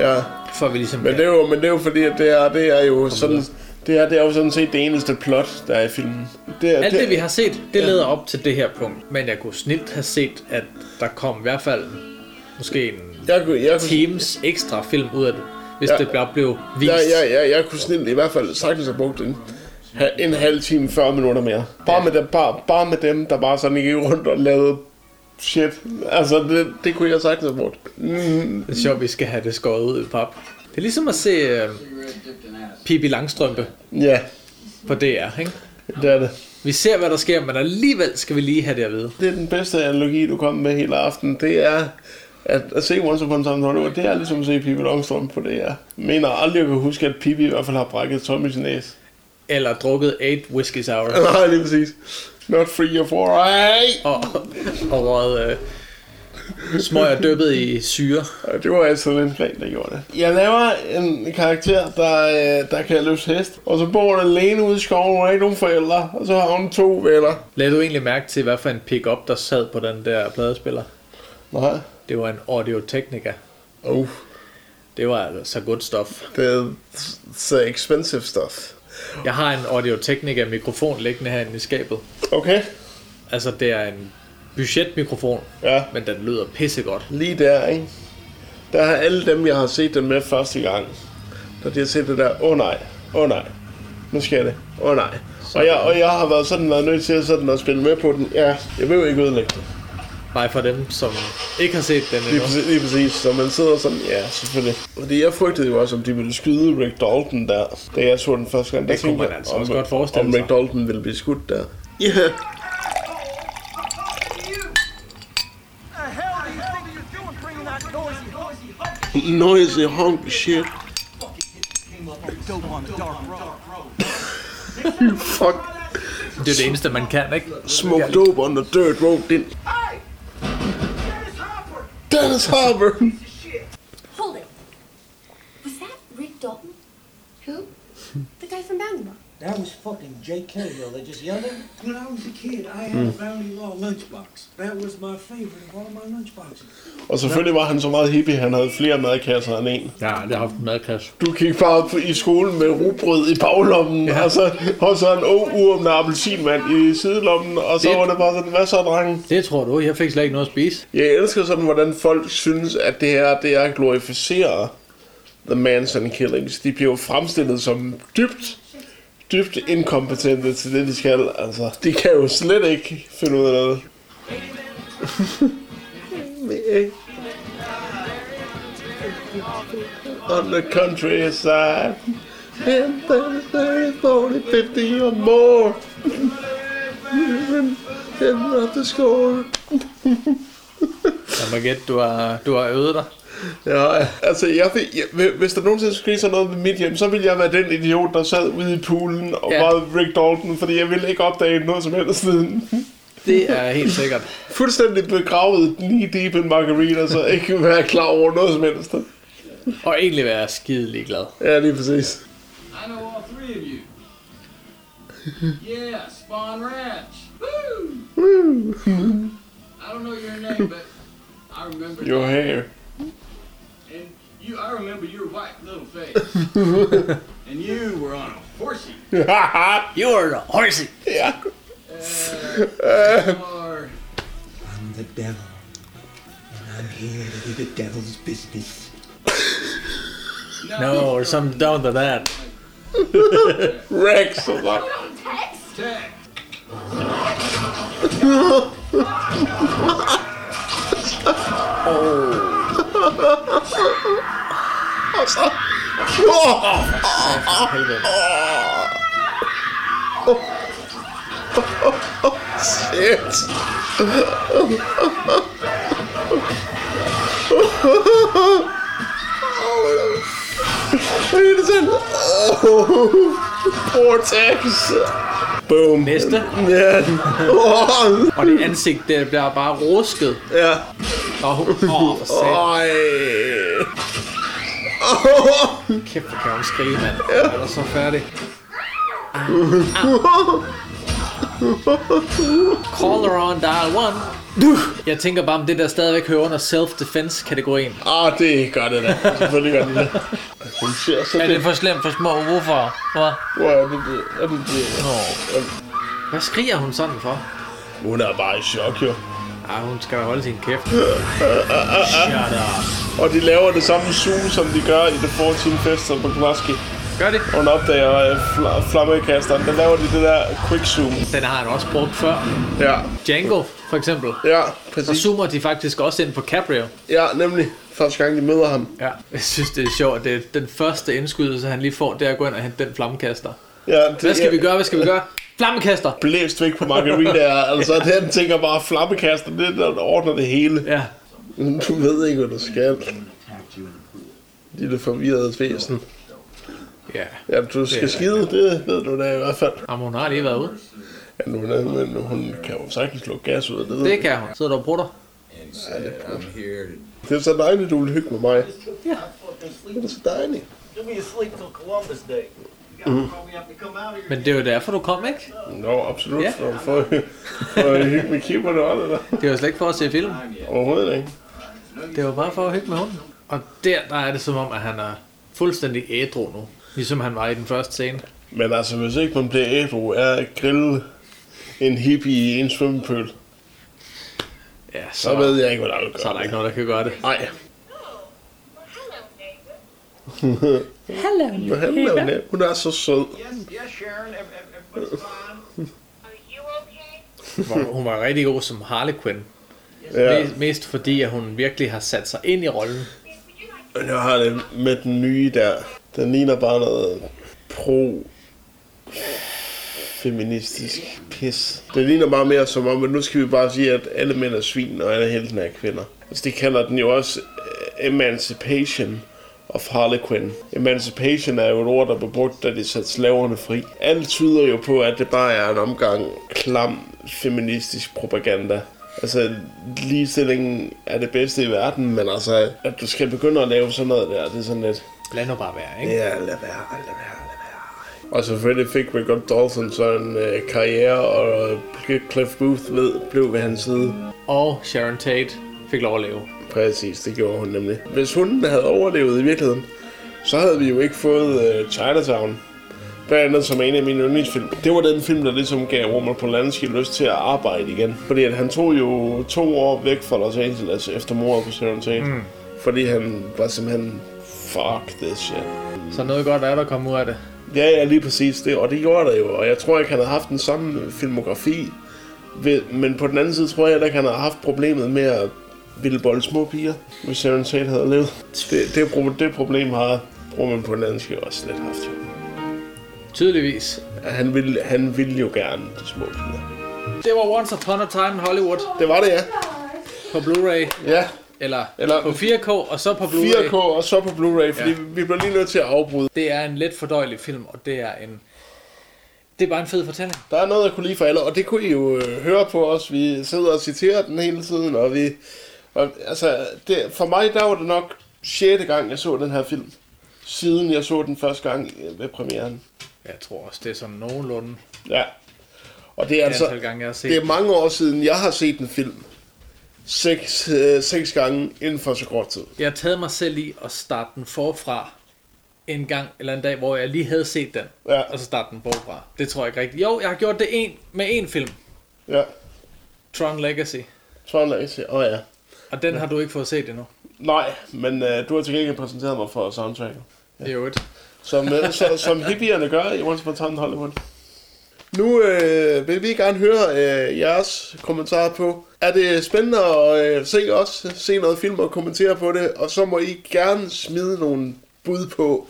[SPEAKER 1] Ja.
[SPEAKER 3] For at vi ligesom
[SPEAKER 1] Men det er jo, men det er jo fordi, at det er, det er jo sådan... Det er, det er jo sådan set det eneste plot, der er i filmen. Det er,
[SPEAKER 3] Alt det, vi har set, det leder op til det her punkt. Men jeg kunne snilt have set, at der kom i hvert fald måske en
[SPEAKER 1] jeg kunne, jeg
[SPEAKER 3] times ekstra film ud af det. hvis
[SPEAKER 1] Ja.
[SPEAKER 3] det bare blev vist.
[SPEAKER 1] Ja, ja, ja, jeg kunne snildt i hvert fald sagtens have brugt en, ha- en halv time, 40 minutter mere. Bare, med dem, bare, bare med dem, der bare sådan gik rundt og lavede shit. Altså, det, det kunne jeg sagtens have brugt. Mm.
[SPEAKER 3] Det er sjovt, vi skal have det skåret ud i pap. Det er ligesom at se øh, Pippi Langstrømpe
[SPEAKER 1] Ja.
[SPEAKER 3] på DR, ikke?
[SPEAKER 1] Det er det.
[SPEAKER 3] Vi ser, hvad der sker, men alligevel skal vi lige have det at vide.
[SPEAKER 1] Det er den bedste analogi, du kom med hele aften. Det er at, at se Once Upon a Time in Hollywood, det er ligesom at se Pippi Longstrøm på det her. Mener aldrig, jeg kan huske, at Pippi i hvert fald har brækket Tommy sin næse.
[SPEAKER 3] Eller drukket 8 whisky sour.
[SPEAKER 1] Nej, lige præcis. Not free of war, right?
[SPEAKER 3] Og, og røget øh, smøger dyppet i syre.
[SPEAKER 1] Og det var altså Lindgren, der gjorde det. Jeg laver en karakter, der, øh, der kan løse hest, og så bor hun alene ude i skoven, hun har ikke nogen forældre, og så har hun to venner.
[SPEAKER 3] Lad du egentlig mærke til, hvad for en pick-up, der sad på den der pladespiller?
[SPEAKER 1] Nej.
[SPEAKER 3] Det var en Audio Technica.
[SPEAKER 1] Oh.
[SPEAKER 3] Det var altså så godt stof.
[SPEAKER 1] Det så expensive stuff.
[SPEAKER 3] Jeg har en Audio Technica mikrofon liggende herinde i skabet.
[SPEAKER 1] Okay.
[SPEAKER 3] Altså, det er en budgetmikrofon,
[SPEAKER 1] ja.
[SPEAKER 3] men den lyder pissegodt.
[SPEAKER 1] Lige der, ikke? Der har alle dem, jeg har set den med første gang, der de har set det der, åh oh, nej, åh oh, nej, nu sker det, åh oh, nej. Og jeg, og jeg har været sådan været nødt til sådan at spille med på den. Ja, jeg vil jo ikke ødelægge det.
[SPEAKER 3] Nej, for dem, som ikke har set den
[SPEAKER 1] Lige
[SPEAKER 3] endnu.
[SPEAKER 1] præcis, lige præcis, så man sidder sådan, ja, selvfølgelig. Fordi jeg frygtede jo også, om de ville skyde Rick Dalton der, da jeg så den første gang. Der
[SPEAKER 3] Det kunne
[SPEAKER 1] tænkte
[SPEAKER 3] man
[SPEAKER 1] jeg,
[SPEAKER 3] altså
[SPEAKER 1] om-
[SPEAKER 3] også godt forestille
[SPEAKER 1] Om
[SPEAKER 3] sig.
[SPEAKER 1] Rick Dalton ville blive skudt der. Ja. Yeah. Noisy honk shit. you fuck.
[SPEAKER 3] Det er det eneste, man kan, ikke?
[SPEAKER 1] Smoke dope on the dirt road. Din. Dennis Hopper.
[SPEAKER 7] Hold it. Was that Rick Dalton? Who? The guy from Bounty Law.
[SPEAKER 13] That was fucking J.K. though. They just yelled at him.
[SPEAKER 4] When I was a kid, I had a Bounty Law lunchbox. That was my favorite of all my lunchboxes.
[SPEAKER 1] Og selvfølgelig var han så meget hippie, han havde flere madkasser end en.
[SPEAKER 3] Ja, det har haft en madkasse.
[SPEAKER 1] Du gik bare op i skolen med rugbrød i baglommen, ja. og, så, og så en uåbnet appelsinmand i sidelommen, og så
[SPEAKER 3] Det-
[SPEAKER 1] det... var det bare sådan, hvad så, drenge?
[SPEAKER 3] Det tror du, jeg fik slet ikke noget at spise.
[SPEAKER 1] Jeg elsker sådan, hvordan folk synes, at det her, det er at glorificere The Manson Killings. De bliver jo fremstillet som dybt, dybt inkompetente til det, de skal. Altså, de kan jo slet ikke finde ud af noget. On the countryside. And 30, 30, 40, 50 or more. End of the score.
[SPEAKER 3] Jeg må gætte, du har, du har øvet dig.
[SPEAKER 1] Ja, altså, jeg, vil- jeg, hvis der nogensinde skulle ske sådan noget med mit hjem, så ville jeg være den idiot, der sad ude i poolen og
[SPEAKER 3] Ja.
[SPEAKER 1] ja. var Rick Dalton, fordi jeg ville ikke opdage noget som helst siden.
[SPEAKER 3] Det er helt sikkert.
[SPEAKER 1] Fuldstændig begravet knee deep in margarita, så ikke være klar over noget som helst.
[SPEAKER 3] Og egentlig være skide ligeglad.
[SPEAKER 1] Ja, lige præcis.
[SPEAKER 5] I know all three of you. yeah, Spawn Ranch. Woo! I don't know your name, but I remember
[SPEAKER 1] Your hair.
[SPEAKER 5] And you, I remember your white little face. and you were on a horsey.
[SPEAKER 3] you are a horsey.
[SPEAKER 1] Yeah.
[SPEAKER 5] Uh, you are-
[SPEAKER 4] I'm the devil, and I'm here to do the devil's business.
[SPEAKER 3] No, or something down to that.
[SPEAKER 1] Rex. Like.
[SPEAKER 5] Tag.
[SPEAKER 1] Og så... Åh, åh, åh, åh. Shit. Hvad er det sådan? Åh, Vortex. Boom.
[SPEAKER 3] Næste.
[SPEAKER 1] Ja.
[SPEAKER 3] Og det ansigt, det bliver bare rusket.
[SPEAKER 1] Ja.
[SPEAKER 3] Åh, oh, oh,
[SPEAKER 1] Ej.
[SPEAKER 3] Kæft, hvor kan hun skrige, mand. Jeg er da så færdig. Call her on dial one. Jeg tænker bare, om det der stadigvæk hører under self-defense-kategorien.
[SPEAKER 1] Ah, det gør det da. Selvfølgelig gør det da. Hun ser så
[SPEAKER 3] Er det for slemt for små? Hvorfor? Hvad?
[SPEAKER 1] Hvor er det det? Er det det?
[SPEAKER 3] Nå. Hvad skriger hun sådan for?
[SPEAKER 1] Hun er bare i chok, jo.
[SPEAKER 3] Ah, hun skal da holde sin kæft.
[SPEAKER 1] Shut up. Og de laver det samme zoom, som de gør i The 14 Festival på Glasgow.
[SPEAKER 3] Gør det.
[SPEAKER 1] Hun opdager øh, fl- flammekasteren. Der laver de det der quick zoom.
[SPEAKER 3] Den har han også brugt før.
[SPEAKER 1] Ja.
[SPEAKER 3] Django, for eksempel.
[SPEAKER 1] Ja, præcis.
[SPEAKER 3] Der zoomer de faktisk også ind på Cabrio.
[SPEAKER 1] Ja, nemlig. Første gang de møder ham.
[SPEAKER 3] Ja. Jeg synes, det er sjovt. Det er den første indskydelse, han lige får, det er at gå ind og hente den flammekaster.
[SPEAKER 1] Ja, det
[SPEAKER 3] Hvad skal
[SPEAKER 1] er-
[SPEAKER 3] vi gøre? Hvad skal vi gøre? Flammekaster!
[SPEAKER 1] Blæst væk på margaritaer. altså,
[SPEAKER 3] Ja.
[SPEAKER 1] den tænker bare, flammekaster, det er der, der ordner det hele.
[SPEAKER 3] Ja.
[SPEAKER 1] Du ved ikke, hvad du skal. Lille forvirrede væsen.
[SPEAKER 3] Ja.
[SPEAKER 1] Ja, du skal
[SPEAKER 3] Det er-
[SPEAKER 1] skide, det ved du da i hvert fald.
[SPEAKER 3] Jamen, hun har lige været ude.
[SPEAKER 1] Ja, nu, er- men hun kan jo sagtens slukke gas ud af det. ved
[SPEAKER 3] Det
[SPEAKER 1] du.
[SPEAKER 3] kan hun. Sidder du og brutter?
[SPEAKER 1] Det er så dejligt, du vil hygge med mig.
[SPEAKER 4] It's
[SPEAKER 1] tiny.
[SPEAKER 4] You'll be asleep till Columbus Day. You guys
[SPEAKER 1] Mhm.
[SPEAKER 4] probably have to come out here.
[SPEAKER 3] Men det er jo derfor, du kom, ikke?
[SPEAKER 1] Nå, absolut.
[SPEAKER 3] Ja.
[SPEAKER 1] For, for, for at hygge med kipperne og det der.
[SPEAKER 3] Det var slet ikke for at se film.
[SPEAKER 1] Overhovedet ikke.
[SPEAKER 3] Det var bare for at hygge med hunden. Og der, der er det som om, at han er fuldstændig ædru nu. Ligesom han var i den første scene.
[SPEAKER 1] Men altså, hvis ikke man bliver ædru, er at grille en hippie i en svømmepøl.
[SPEAKER 3] Ja,
[SPEAKER 1] så, så ved jeg ikke, hvad der vil gøre.
[SPEAKER 3] Så er der ikke noget, der kan gøre det.
[SPEAKER 1] Nej.
[SPEAKER 3] Hello,
[SPEAKER 1] Hvad handler hun af? Hun er så sød.
[SPEAKER 3] Hvor hun var rigtig god som Harley Quinn.
[SPEAKER 1] Ja.
[SPEAKER 3] Mest, mest fordi, at hun virkelig har sat sig ind i rollen.
[SPEAKER 1] Men jeg har det med den nye der. Den ligner bare noget pro feministisk pis. Øh. Det ligner bare mere som om, at nu skal vi bare sige, at alle mænd er svin, og alle heltene er kvinder. Altså, det kalder den jo også øh, Emancipation of Harley Quinn. Emancipation er jo et ord, der blev brugt, da de satte slaverne fri. Alt tyder jo på, at det bare er en omgang klam feministisk propaganda. Altså, ligestillingen er det bedste i verden, men altså, at du skal begynde at lave sådan noget der, det er sådan lidt...
[SPEAKER 3] Lad nu bare være, ikke?
[SPEAKER 1] Ja, lad være, lad være, lad være. Og selvfølgelig fik Rickard Dalton så en øh, karriere, og øh, Cliff Booth ved, blev ved hans side.
[SPEAKER 3] Og Sharon Tate fik lov at leve.
[SPEAKER 1] Præcis, det gjorde hun nemlig. Hvis hun havde overlevet i virkeligheden, så havde vi jo ikke fået øh, Chinatown. Blandt andet som en af mine yndlingsfilm. Det var den film, der ligesom gav Roman Polanski lyst til at arbejde igen. Fordi at han tog jo to år væk fra Los Angeles efter mordet på Sharon Tate.
[SPEAKER 3] Mm.
[SPEAKER 1] Mm. Fordi han var simpelthen, fuck this shit.
[SPEAKER 3] Så noget godt er der kommet ud af det.
[SPEAKER 1] Ja, ja, lige præcis det. Og det gjorde der jo. Og jeg tror ikke, han har haft den samme filmografi. Ved- Men på den anden side tror jeg heller ikke, han har haft problemet med at ville bolde små piger, hvis Sharon Tate havde levet. Det, det, pro- det problem har Roman Polanski også lidt haft. Jo.
[SPEAKER 3] Tydeligvis.
[SPEAKER 1] Han ville, han ville jo gerne de små piger.
[SPEAKER 3] Det var Once Upon a Time in Hollywood.
[SPEAKER 1] Det var det, ja.
[SPEAKER 3] På Blu-ray.
[SPEAKER 1] Ja.
[SPEAKER 3] Eller,
[SPEAKER 1] Eller
[SPEAKER 3] på 4K, og så på Blu-ray.
[SPEAKER 1] 4K og så på Blu-ray, fordi
[SPEAKER 3] Ja.
[SPEAKER 1] ja. vi bliver lige nødt til at afbryde.
[SPEAKER 3] Det er en let fordøjelig film, og det er en... Det er bare en fed fortælling.
[SPEAKER 1] Der er noget, jeg kunne lide for alle, og det kunne I jo øh, høre på os. Vi sidder og citerer den hele tiden, og vi... Og, altså, det, for mig, der var det nok 6. gang, jeg så den her film. Siden jeg så den første gang øh, ved premieren.
[SPEAKER 3] Jeg tror også, det er sådan nogenlunde.
[SPEAKER 1] Ja. Og det er altså...
[SPEAKER 3] antal gange, jeg har set
[SPEAKER 1] Det er
[SPEAKER 3] den.
[SPEAKER 1] mange år siden, jeg har set en film. Seks, øh, seks gange inden for så kort tid.
[SPEAKER 3] Jeg har taget mig selv i at starte den forfra en gang eller en dag, hvor jeg lige havde set den.
[SPEAKER 1] Ja.
[SPEAKER 3] Og så starte den forfra. Det tror jeg ikke rigtigt. Jo, jeg har gjort det en, med en film.
[SPEAKER 1] Ja.
[SPEAKER 3] Tron Legacy.
[SPEAKER 1] Tron Legacy, åh oh, ja.
[SPEAKER 3] Og den har du ikke fået set endnu.
[SPEAKER 1] Nej, men øh, du har til gengæld præsenteret mig for soundtracket.
[SPEAKER 3] Ja. Jo, et.
[SPEAKER 1] Som, øh, så, som hippierne gør i Once Upon a Time in Hollywood. Nu øh, vil vi gerne høre øh, jeres kommentarer på. Er det spændende at øh, se os, se noget film og kommentere på det? Og så må I gerne smide nogle bud på,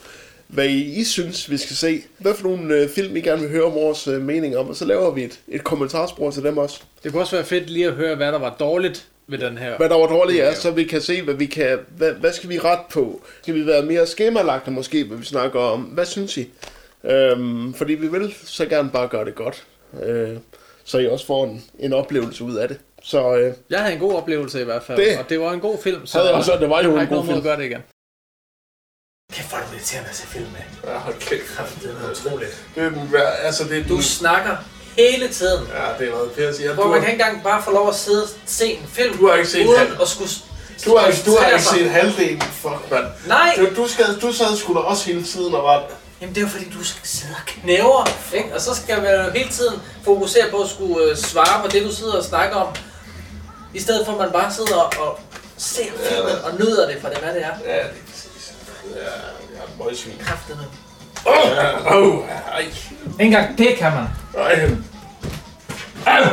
[SPEAKER 1] hvad I, I synes, vi skal se. Hvad for nogle øh, film, I gerne vil høre om vores øh, mening om, og så laver vi et, et kommentarspor til dem også.
[SPEAKER 3] Det kunne også være fedt lige at høre, hvad der var dårligt ved den her.
[SPEAKER 1] Hvad der var dårligt er, så vi kan se, hvad vi kan, hvad, hvad skal vi rette på? Skal vi være mere skemalagte måske, hvad vi snakker om? Hvad synes I? Øhm, fordi vi vil så gerne bare gøre det godt, øh, så I også får en, en oplevelse ud af det. Så øh,
[SPEAKER 3] Jeg havde en god oplevelse i hvert fald,
[SPEAKER 1] Det-
[SPEAKER 3] og det var en god film.
[SPEAKER 1] Havde jeg også, det var jo
[SPEAKER 3] jeg har
[SPEAKER 1] en
[SPEAKER 3] ikke
[SPEAKER 1] god
[SPEAKER 3] noget imod
[SPEAKER 1] film.
[SPEAKER 3] at gøre det igen.
[SPEAKER 14] Kæft, hvor er det irriterende at se film med. Ja, hold kæft. Det er utroligt.
[SPEAKER 1] det, altså, det,
[SPEAKER 14] Du snakker hele tiden.
[SPEAKER 1] Ja, det er noget pisse. Ja,
[SPEAKER 14] Hvor man kan ikke engang bare få lov at sidde og se en film.
[SPEAKER 1] Du har ikke set
[SPEAKER 14] uden
[SPEAKER 1] halv-
[SPEAKER 14] at skulle...
[SPEAKER 1] du har, du har
[SPEAKER 14] koncentrere
[SPEAKER 1] ikke
[SPEAKER 14] sig.
[SPEAKER 1] set halvdelen. Fuck, mand.
[SPEAKER 14] Nej.
[SPEAKER 1] Du, du, skal, du sad sgu da også hele tiden og var...
[SPEAKER 14] Jamen det er jo fordi, du skal sidde og knæver, ikke? Og så skal man jo hele tiden fokusere på at skulle øh, svare på det, du sidder og snakker om.
[SPEAKER 3] I stedet for, at man bare sidder og, og ser filmen og nyder det for det, hvad det er.
[SPEAKER 1] Ja, det er præcis. Ja, jeg er møgsvin.
[SPEAKER 3] Kræftet med.
[SPEAKER 1] Åh, oh, ej.
[SPEAKER 3] Ikke engang det kan man.
[SPEAKER 1] Nej. Au!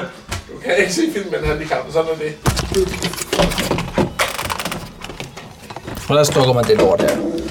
[SPEAKER 1] Du kan ikke se filmen med en handicap, sådan er det.
[SPEAKER 3] Hvordan slukker man det lort der?